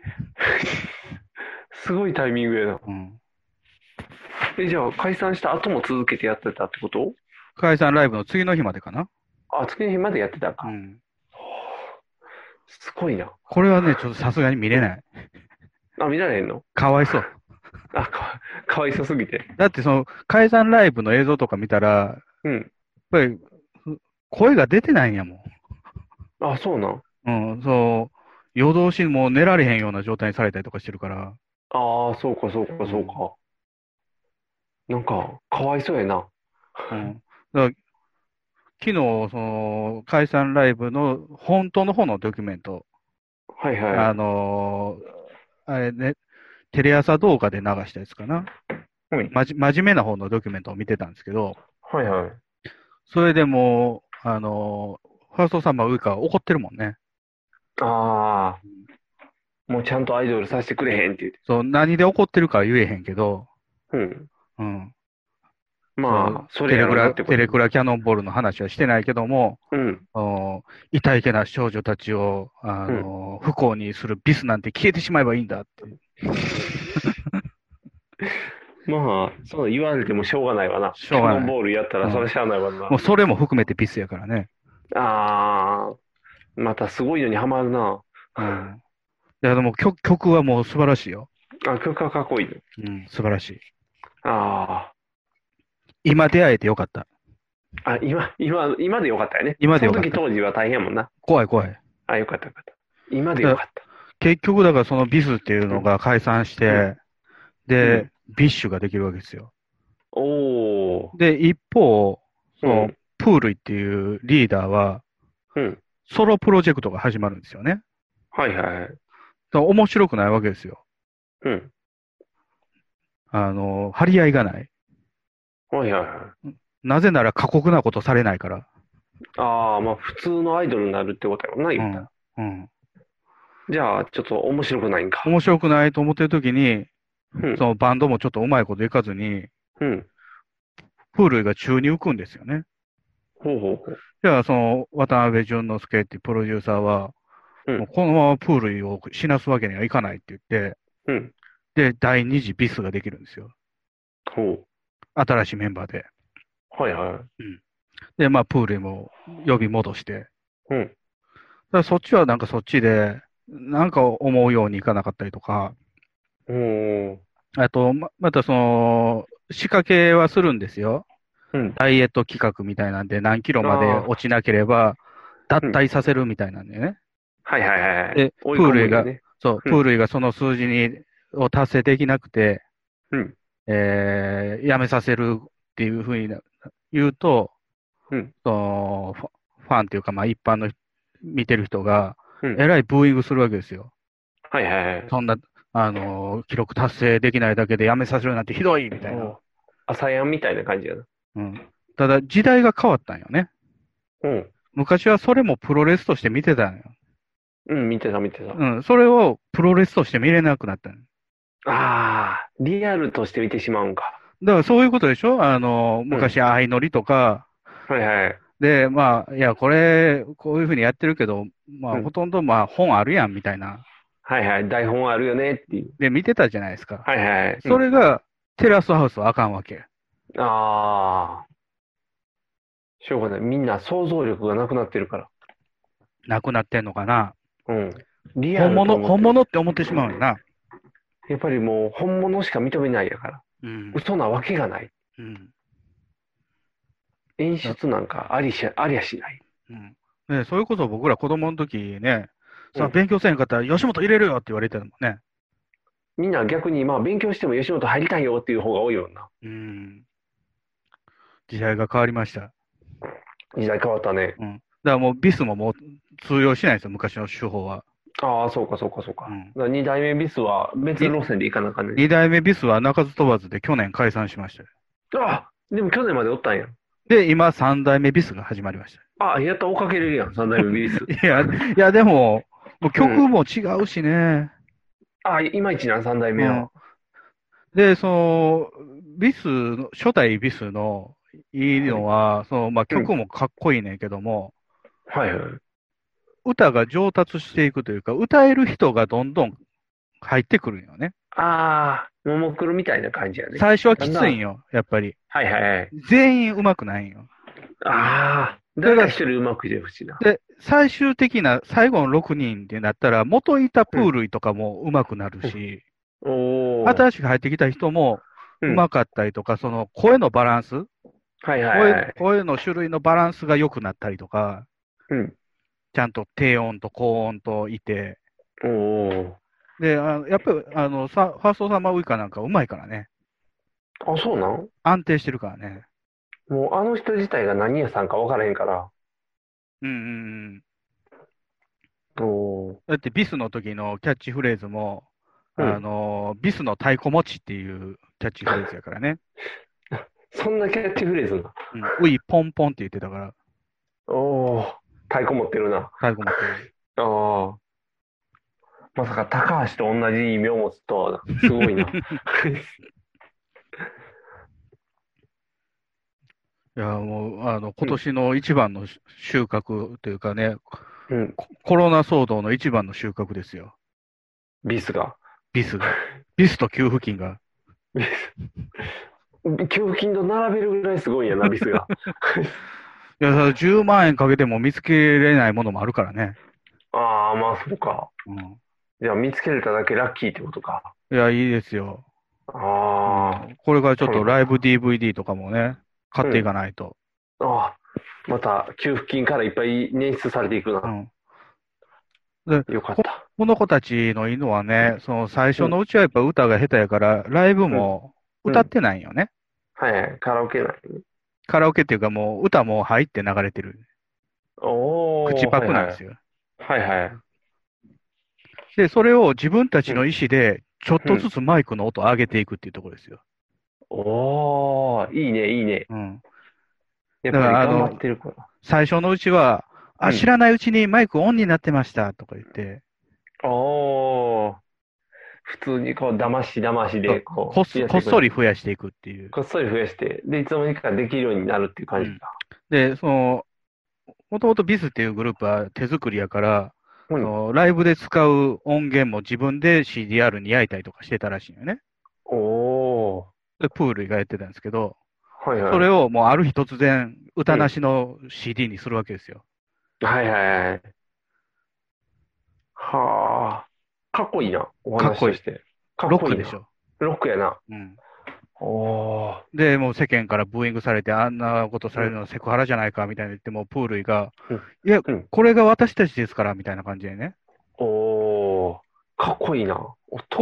すごいタイミングやな。うん。え、じゃあ解散した後も続けてやってたってこと解散ライブの次の日までかな。あ、次の日までやってたか。うん。すごいな。これはね、ちょっとさすがに見れない。あ、見られへんのかわいそう。あ、か、かわいそすぎて。だってその解散ライブの映像とか見たら、うん。やっぱりふ声が出てないんやもあ、そうなん。ん。うん、そう。夜通しもう寝られへんような状態にされたりとかしてるから。ああ、そうか、そうか、そうか。なんか、かわいそうやな。 うん。だから昨日、その、解散ライブの本当の方のドキュメント、はいはい。あのーあれね、テレ朝動画で流したやつかな。はい。まじ、真面目な方のドキュメントを見てたんですけど、はいはい。それでもう、あのーファーストサマーウイカは怒ってるもんね。ああ、もうちゃんとアイドルさせてくれへんって言って。そう、何で怒ってるかは言えへんけど、うん。うん。まあ、そうそれテレやろクうなラ、ってこと。テレクラキャノンボールの話はしてないけども、うん。あの痛いけな少女たちを、あの、不幸にするビスなんて消えてしまえばいいんだって。まあ、そう言われてもしょうがないわな。しょうがないキャノンボールやったらそれしゃあないわな。もうそれも含めてピスやからね。ああ、またすごいのにハマるな。うん。いや、でも曲曲はもう素晴らしいよ。あ、曲はかっこいいね。うん、素晴らしい。あ今出会えてよかった。あ、あ、今、今、今でよかったよね。今でよかったその時当時は大変やもんな。怖い怖い。あ、よかったよかった。今でよかっ結局、だからそのビスっていうのが解散して、で、うビッシュができるわけですよ。た。おお。で、一方、その、うんプールイっていうリーダーは、うん。ソロプロジェクトが始まるんですよね。はいはい。だから面白くないわけですよ。うん。あの、張り合いがない。はいはいはい。なぜなら過酷なことされないから。ああ、まあ普通のアイドルになるってことやもんな、言ったら。うん。じゃあ、ちょっと面白くないんか。面白くないと思ってる時に、うんそのバンドもちょっとうまいこといかずに、うん。プールイが宙に浮くんですよね。ほうほうほう。じゃあ、その、渡辺淳之介っていうプロデューサーは、もうこのままプールイを死なすわけにはいかないって言って、うん。で、第二次ビスができるんですよ。ほう。新しいメンバーで。はいはい。で、まあ、プールイも呼び戻して。うん。だからそっちはなんかそっちで、なんか思うようにいかなかったりとか、おー。あと、ま、またその、仕掛けはするんですよ。うんダイエット企画みたいなんで、何キロまであー落ちなければ、脱退させるみたいなんでね。はいはいはいはい。で、プ追い込ーむルよがね、そう、プールがその数字に、を達成できなくて、うんえー、やめさせるっていうふうにな言うと、うんそのファファンっていうか、まあ一般の人見てる人が、うんえらいブーイングするわけですよ。はいはいはい。そんな、あのー記録達成できないだけでやめさせるなんてひどいみたいな。朝やんみたいな感じやな。うん、ただ、時代が変わったんよね。うん。昔はそれもプロレスとして見てたんよ。うん、見てた見てた。うん、それをプロレスとして見れなくなったんよああ、リアルとして見てしまうんか。だからそういうことでしょあのー、昔、相乗りとか、はいはい。で、まあ、いや、これ、こういうふうにやってるけど、まうあ、んほとんど、まあ、本あるやん、みたいな。はいはい。台本あるよねっていう。で、見てたじゃないですか。はいはい。それが、テラスハウスはあかんわけ。うん、ああ。しょうがない。みんな想像力がなくなってるから。なくなってんのかな。うん。リアル本と思物、って本物って思ってしまうよな。やっぱりもう本物しか認めないやから。うん。嘘なわけがない。うん。演出なんかありし、ありゃしない。ね、それこそ僕ら子供の時ね、さ、うん勉強せんかったら、吉本入れるよって言われてるもんね。みんな逆に、まあ勉強しても吉本入りたいよっていう方が多いよな。うん。時代が変わりました。だか時代変わったね。らもう、ビスももう通用しないんですよ、昔の手法は。ああ、そうかそうかそうか。だから二代目ビスは別路線でいかなあかんね。二代目ビスは鳴かず飛ばずで去年解散しましたよ。あでも去年までおったんや。で、今、三代目ビスが始まりましあやったら追っかけれるやん、三代目ビス。た。いや、いやでも、もう曲も違うしね。あいまいちな、三代目うは。んで、その、ビスの、初代ビスのいいのは、その、まあ、曲もかっこいいねんけども、はいはい。歌が上達していくというか、歌える人がどんどん入ってくるんよね。ああ、ももクロみたいな感じやね。最初はきついんよ、やっぱり。だんだん。はいはいはい。全員上手くないんよ。ああ、誰か一人うまくいてほしいな。で、最終的な最後の6人ってなったら、元いたプールイとかも上手くなるし、おお。新しく入ってきた人もうん上手かったりとか、その声のバランス、はいはいはい声、。声の種類のバランスが良くなったりとか、うん。ちゃんと低音と高音といて、おお。で、あのやっぱりあのさファーストサマーウイカなんか上手いからね、あ、そうなん安定してるからね。もうあの人自体が何屋さんか分からへんから。うんうんうん。おーだってビスの時のキャッチフレーズも、うんあのビスの太鼓持ちっていうキャッチフレーズやからね。そんなキャッチフレーズな。うん、ウイポンポンって言ってたから、おお。太鼓持ってるな。太鼓持ってる。ああ。まさか高橋と同じ異名を持つとは、すご いな。いや、もう、あの、今年の一番のし収穫というかね、うん。コロナ騒動の一番の収穫ですよ。ビスが。ビスが。ビスと給付金が。給付金と並べるぐらいすごいんやな、ビ スが。いや、その10万円かけても見つけれないものもあるからね。ああ、まあ、そうか。じゃあ、見つけれただけラッキーってことか。いや、いいですよ。ああ。これからちょっとライブ DVD とかもね、買っていかないと。ああ、また給付金からいっぱい捻出されていくな。でよかった。この子たちの犬はね、その最初のうちはやっぱ歌が下手やから、ライブも歌ってないんよね。はいはい、カラオケなんやね。カラオケっていうかもう歌も入って流れてる。おー口パクなんですよ。はいはい。で、それを自分たちの意思で、ちょっとずつマイクの音を上げていくっていうところですよ。おー、いいね、いいね。うん。やっぱり頑張だってるから。最初のうちは、うあ、ん知らないうちにマイクオンになってましたとか言って、おー。普通にこう、だましだましで、こう。こっそやてこいっくそり。増やしていくっていう。こっそり増やして、で、いつの間にかできるようになるっていう感じか。で、その、もともとビスっていうグループは手作りやから、そのライブで使う音源も自分で CDR に焼いたりとかしてたらしいのよね。おー。で、プールがやってたんですけど、はいはい。それをもうある日突然、歌なしの CD にするわけですよ。はいはいはい。はあ。かっこいいな、お話として。かっこいいロックでなしょ。ロックやな。うん。おー。で、もう世間からブーイングされて、あんなことされるのはセクハラじゃないかみたいに言って、もうプールイが、いや、これが私たちですからみたいな感じでね、おー。かっこいいな。こ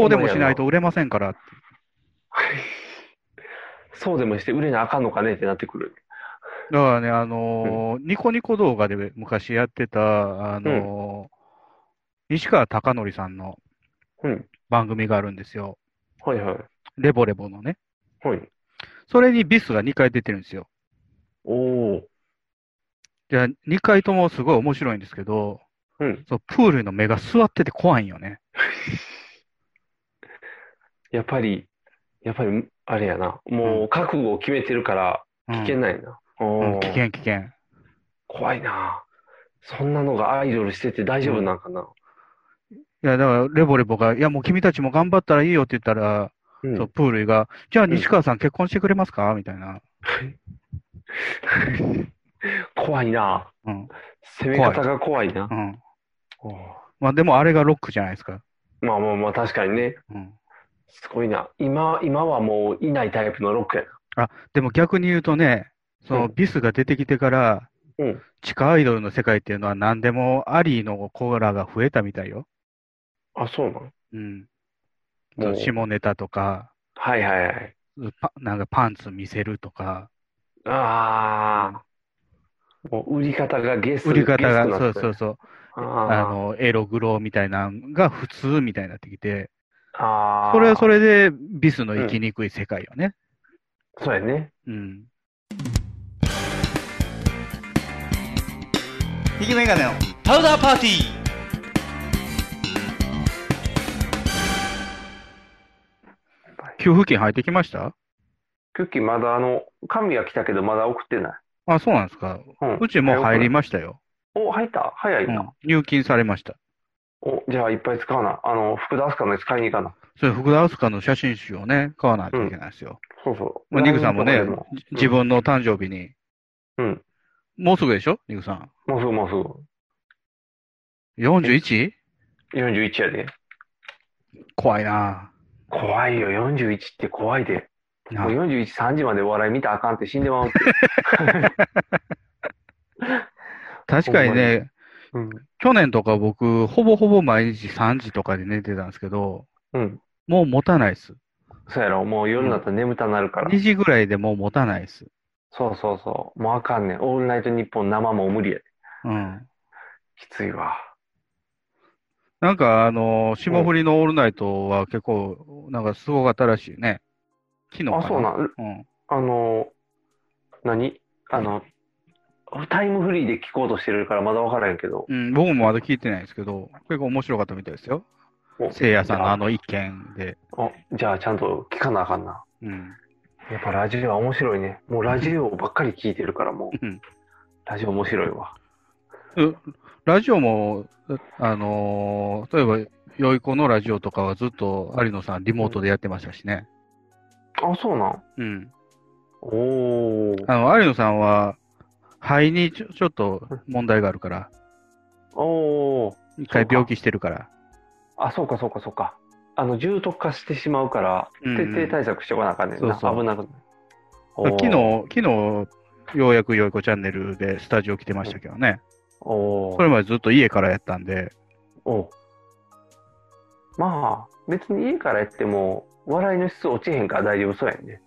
うでもやしないと売れませんからってそうでもして売れなあかんのかねってなってくる。だからね、あのーニコニコ動画で昔やってた、あのー西川貴教さんのうん。番組があるんですよ。はいはい。レボレボのね。はい。それにビスが2回出てるんですよ。おお。じゃあ、2回ともすごい面白いんですけど、そうプールの目が座ってて怖いんよね。やっぱり、やっぱり、あれやな。もう、覚悟を決めてるから、危険ないな。うんおー危険、危険。怖いな。そんなのがアイドルしてて大丈夫なんかな。いや、だから、レボレボが、いや、もう君たちも頑張ったらいいよって言ったら、そうプールが、じゃあ、西川さん結婚してくれますかみたいな。怖いな。うん。攻め方が怖いな。うん。おーまあ、でもあれがロックじゃないですか。まあまあまあ、確かにね。すごいな。今、今はもういないタイプのロックやな。あ、でも逆に言うとね、そのビスが出てきてから、うん。地下アイドルの世界っていうのは何でもありの子らが増えたみたいよ。あ、そうなのうん。もうそう下ネタとか、はいはいはい。パなんかパンツ見せるとか、ああ。もう売り方がゲス売り方が、ゲスそなっうてそうそう、ああの、エログロみたいなのが普通みたいになってきて、あ。ああ。それはそれでビスの生きにくい世界よね。そうやね。うん。ひげメガネのパウダーパーティー給付金入ってきましたクッキーまだあの、神が来たけどまだ送ってない。あ、そうなんですか。うんうちもう入りましたよ。お、入った早いな。入金されました。お、じゃあいっぱい使わな。あの、福田明日香のやつ買いに行かな。それ、福田明日香の写真集をね、買わないといけないですよ。そうそう。まあ、ニグさんもね LINE とかで、じ自分の誕生日に。うん。もうすぐでしょニグさん。もうすぐもう 41? すぐ。41やで。怖いな怖いよ、41って怖いで。なあもう41、3時までお笑い見たらあかんって死んでま うって。確かにね、ほんまに去年とか僕、ほぼほぼ毎日3時とかで寝てたんですけど、うん。もう持たないです。そうやろ、もう夜になったら眠たなるから。 2時ぐらいでもう持たないです。そうそうそう。もうあかんねん。オールナイトニッポン生も無理やで。うん。きついわ。なんか、あのー霜降りのオールナイトは結構、なんかすごかったらしいね。昨日かな。あ、そうなん。あの、何あの、タイムフリーで聞こうとしてるからまだ分からへんけど。うん、僕もまだ聞いてないですけど、結構面白かったみたいですよ。おせいやさんのあの一件で。おじゃあちゃんと聞かなあかんな。うん。やっぱラジオは面白いね。もうラジオばっかり聞いてるからもう。ラジオ面白いわ。うラジオも、あのー例えば、よい子のラジオとかはずっと有野さんリモートでやってましたしね。あ、そうなんうん。おー。あの、有野さんは、肺にちょちょっと問題があるから、おー。一回病気してるから。あ、そうかそうかそうか。あの、重篤化してしまうから、うん徹底対策しておかなあかんねんな。そうそう危なくない。昨日おー、昨日、ようやくよいこチャンネルでスタジオ来てましたけどね。おーそれまでずっと家からやったんで、おまあ、別に家からやっても、笑いの質落ちへんから大丈夫そうやんね。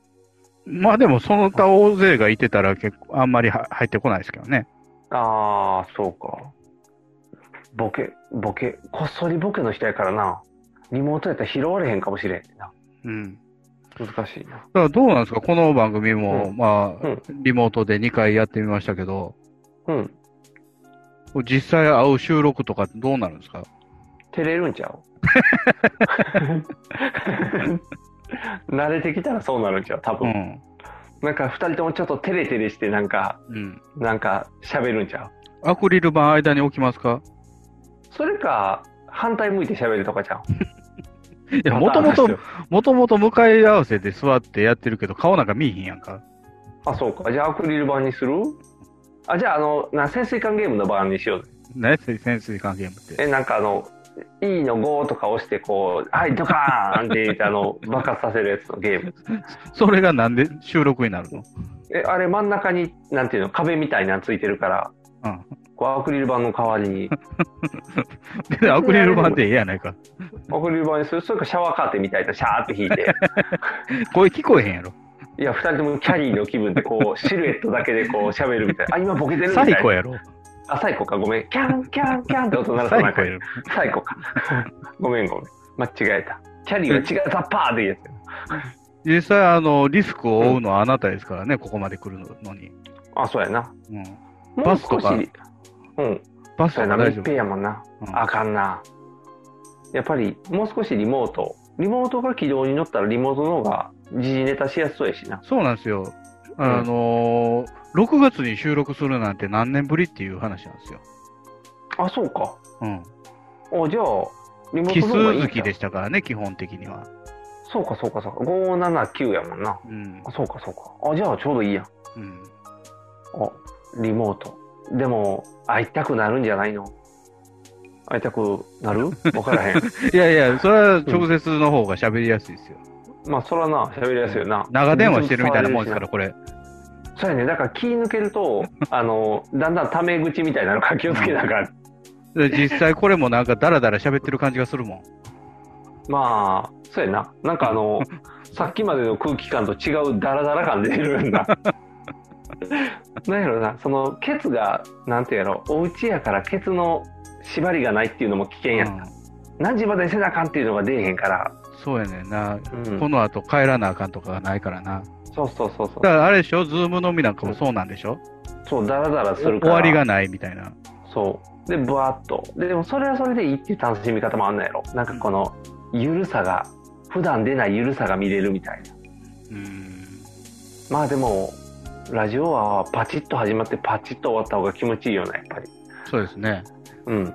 まあでもその他大勢がいてたら結構あんまりは入ってこないですけどね。ああ、そうか。ボケ、ボケ、こっそりボケの人やからな。リモートやったら拾われへんかもしれんな。うん。難しいなだ。からどうなんですかこの番組も、うんまあ、うんリモートで2回やってみましたけど、うん。実際会う収録とかどうなるんですか照れるんちゃう慣れてきたらそうなるんちゃう多分、なんか二人ともちょっと照れ照れしてなんか、うんなんか喋るんちゃうアクリル板間に置きますかそれか反対向いて喋るとかちゃういや、まもとたもと話し、もともと向かい合わせで座ってやってるけど、顔なんか見えへんやんか。あそうかじゃあアクリル板にするあじゃああのな潜水艦ゲームの番にしようぜね、水潜水艦ゲームって。えなんかあの「E の5」とか押してこう「はいドカーン!」って言って あの爆発させるやつのゲームそれがなんで収録になるのえあれ真ん中になんていうの壁みたいなのついてるから、うんこうアクリル板の代わり に別にアクリル板でええやないか。アクリル板にするそれかシャワーカーテンみたいなシャーって引 いて声聞こえへんやろ。いや2人ともキャリーの気分でこうシルエットだけでこう喋るみたいなあ今ボケてるみたサいなイコやろ。あサイコかごめんキャンキャンキャンって音鳴らさサなイくコてやろ。サイコかごめんごめん間違えたキャリーは違うザッパーでいいやつ実際、あの、リスクを負うのはあなたですからね、ここまで来るのに。あそうやなうん。もうバスとか少しうんバスとそうやかな大密丈閉夫。やもんな、うんあかんなやっぱりもう少しリモートリモートが軌道に乗ったらリモートの方が時事ネタしやすそうやしなそうなんですよ。あのー、6月に収録するなんて何年ぶりっていう話なんですよ。あそうかうん。おじゃあリモー奇トの方がいい数んち月ゃうでしたからね、基本的には。そうかそうかそうか579やもんな、うん。あそうかそうかあじゃあちょうどいいやんうん。あリモートでも会いたくなるんじゃないの会いたくなる分から へんいやいや、それは直接の方が喋りやすいですよ。まあそらな喋りやすいよな長電話してるみたいなもんですから、ずっこれ。とそうやねだから気抜けるとあのだんだんタメ口みたいなのか気をつけながらで実際これもなんかダラダラ喋ってる感じがするもん。まあそうやななんか あのさっきまでの空気感と違うダラダラ感出て るんだなんやろなそのケツがなんていうやろお家やからケツの縛りがないっていうのも危険やん、何時までにせなあかんっていうのが出えへんからそうやねんな。うんこの後帰らなあかんとかがないからな。そうそうそうそうだからあれでしょ、ズームのみなんかもそうなんでしょ、そうダラダラする終からわりがないみたいな。そうでブワーっとでもそれはそれでいいっていう楽しみ方もあんのやろなんかこのゆるさが普段出ないゆるさが見れるみたいなうん。まあでもラジオはパチッと始まってパチッと終わった方が気持ちいいよなやっぱりそうですね。うん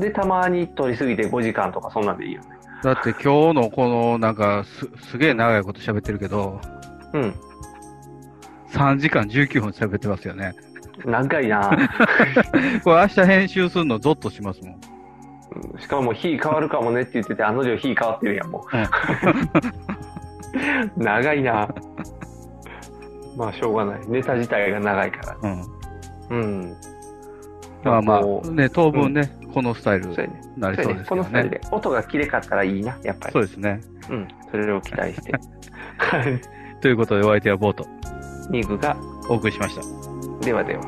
でたまに撮りすぎて5時間とかそんなんでいいよねだって今日のこのなんかすすげえ長いこと喋ってるけど、うん3時間19分喋ってますよね。長いなこれ明日編集するのゾッとしますもん。うんしかも日変わるかもねって言っててあの女日変わってるやんもう長いなまあしょうがないネタ自体が長いからうん。うん。まあまなんかこあ、うね、当分ね、このスタイルそうやねになりそうですけどこの二人ねで。音が綺麗かったらいいな、やっぱり。そうですね。うん。それを期 待して。ということで、お相手はボート、ニグが、お送りしました。ではでは。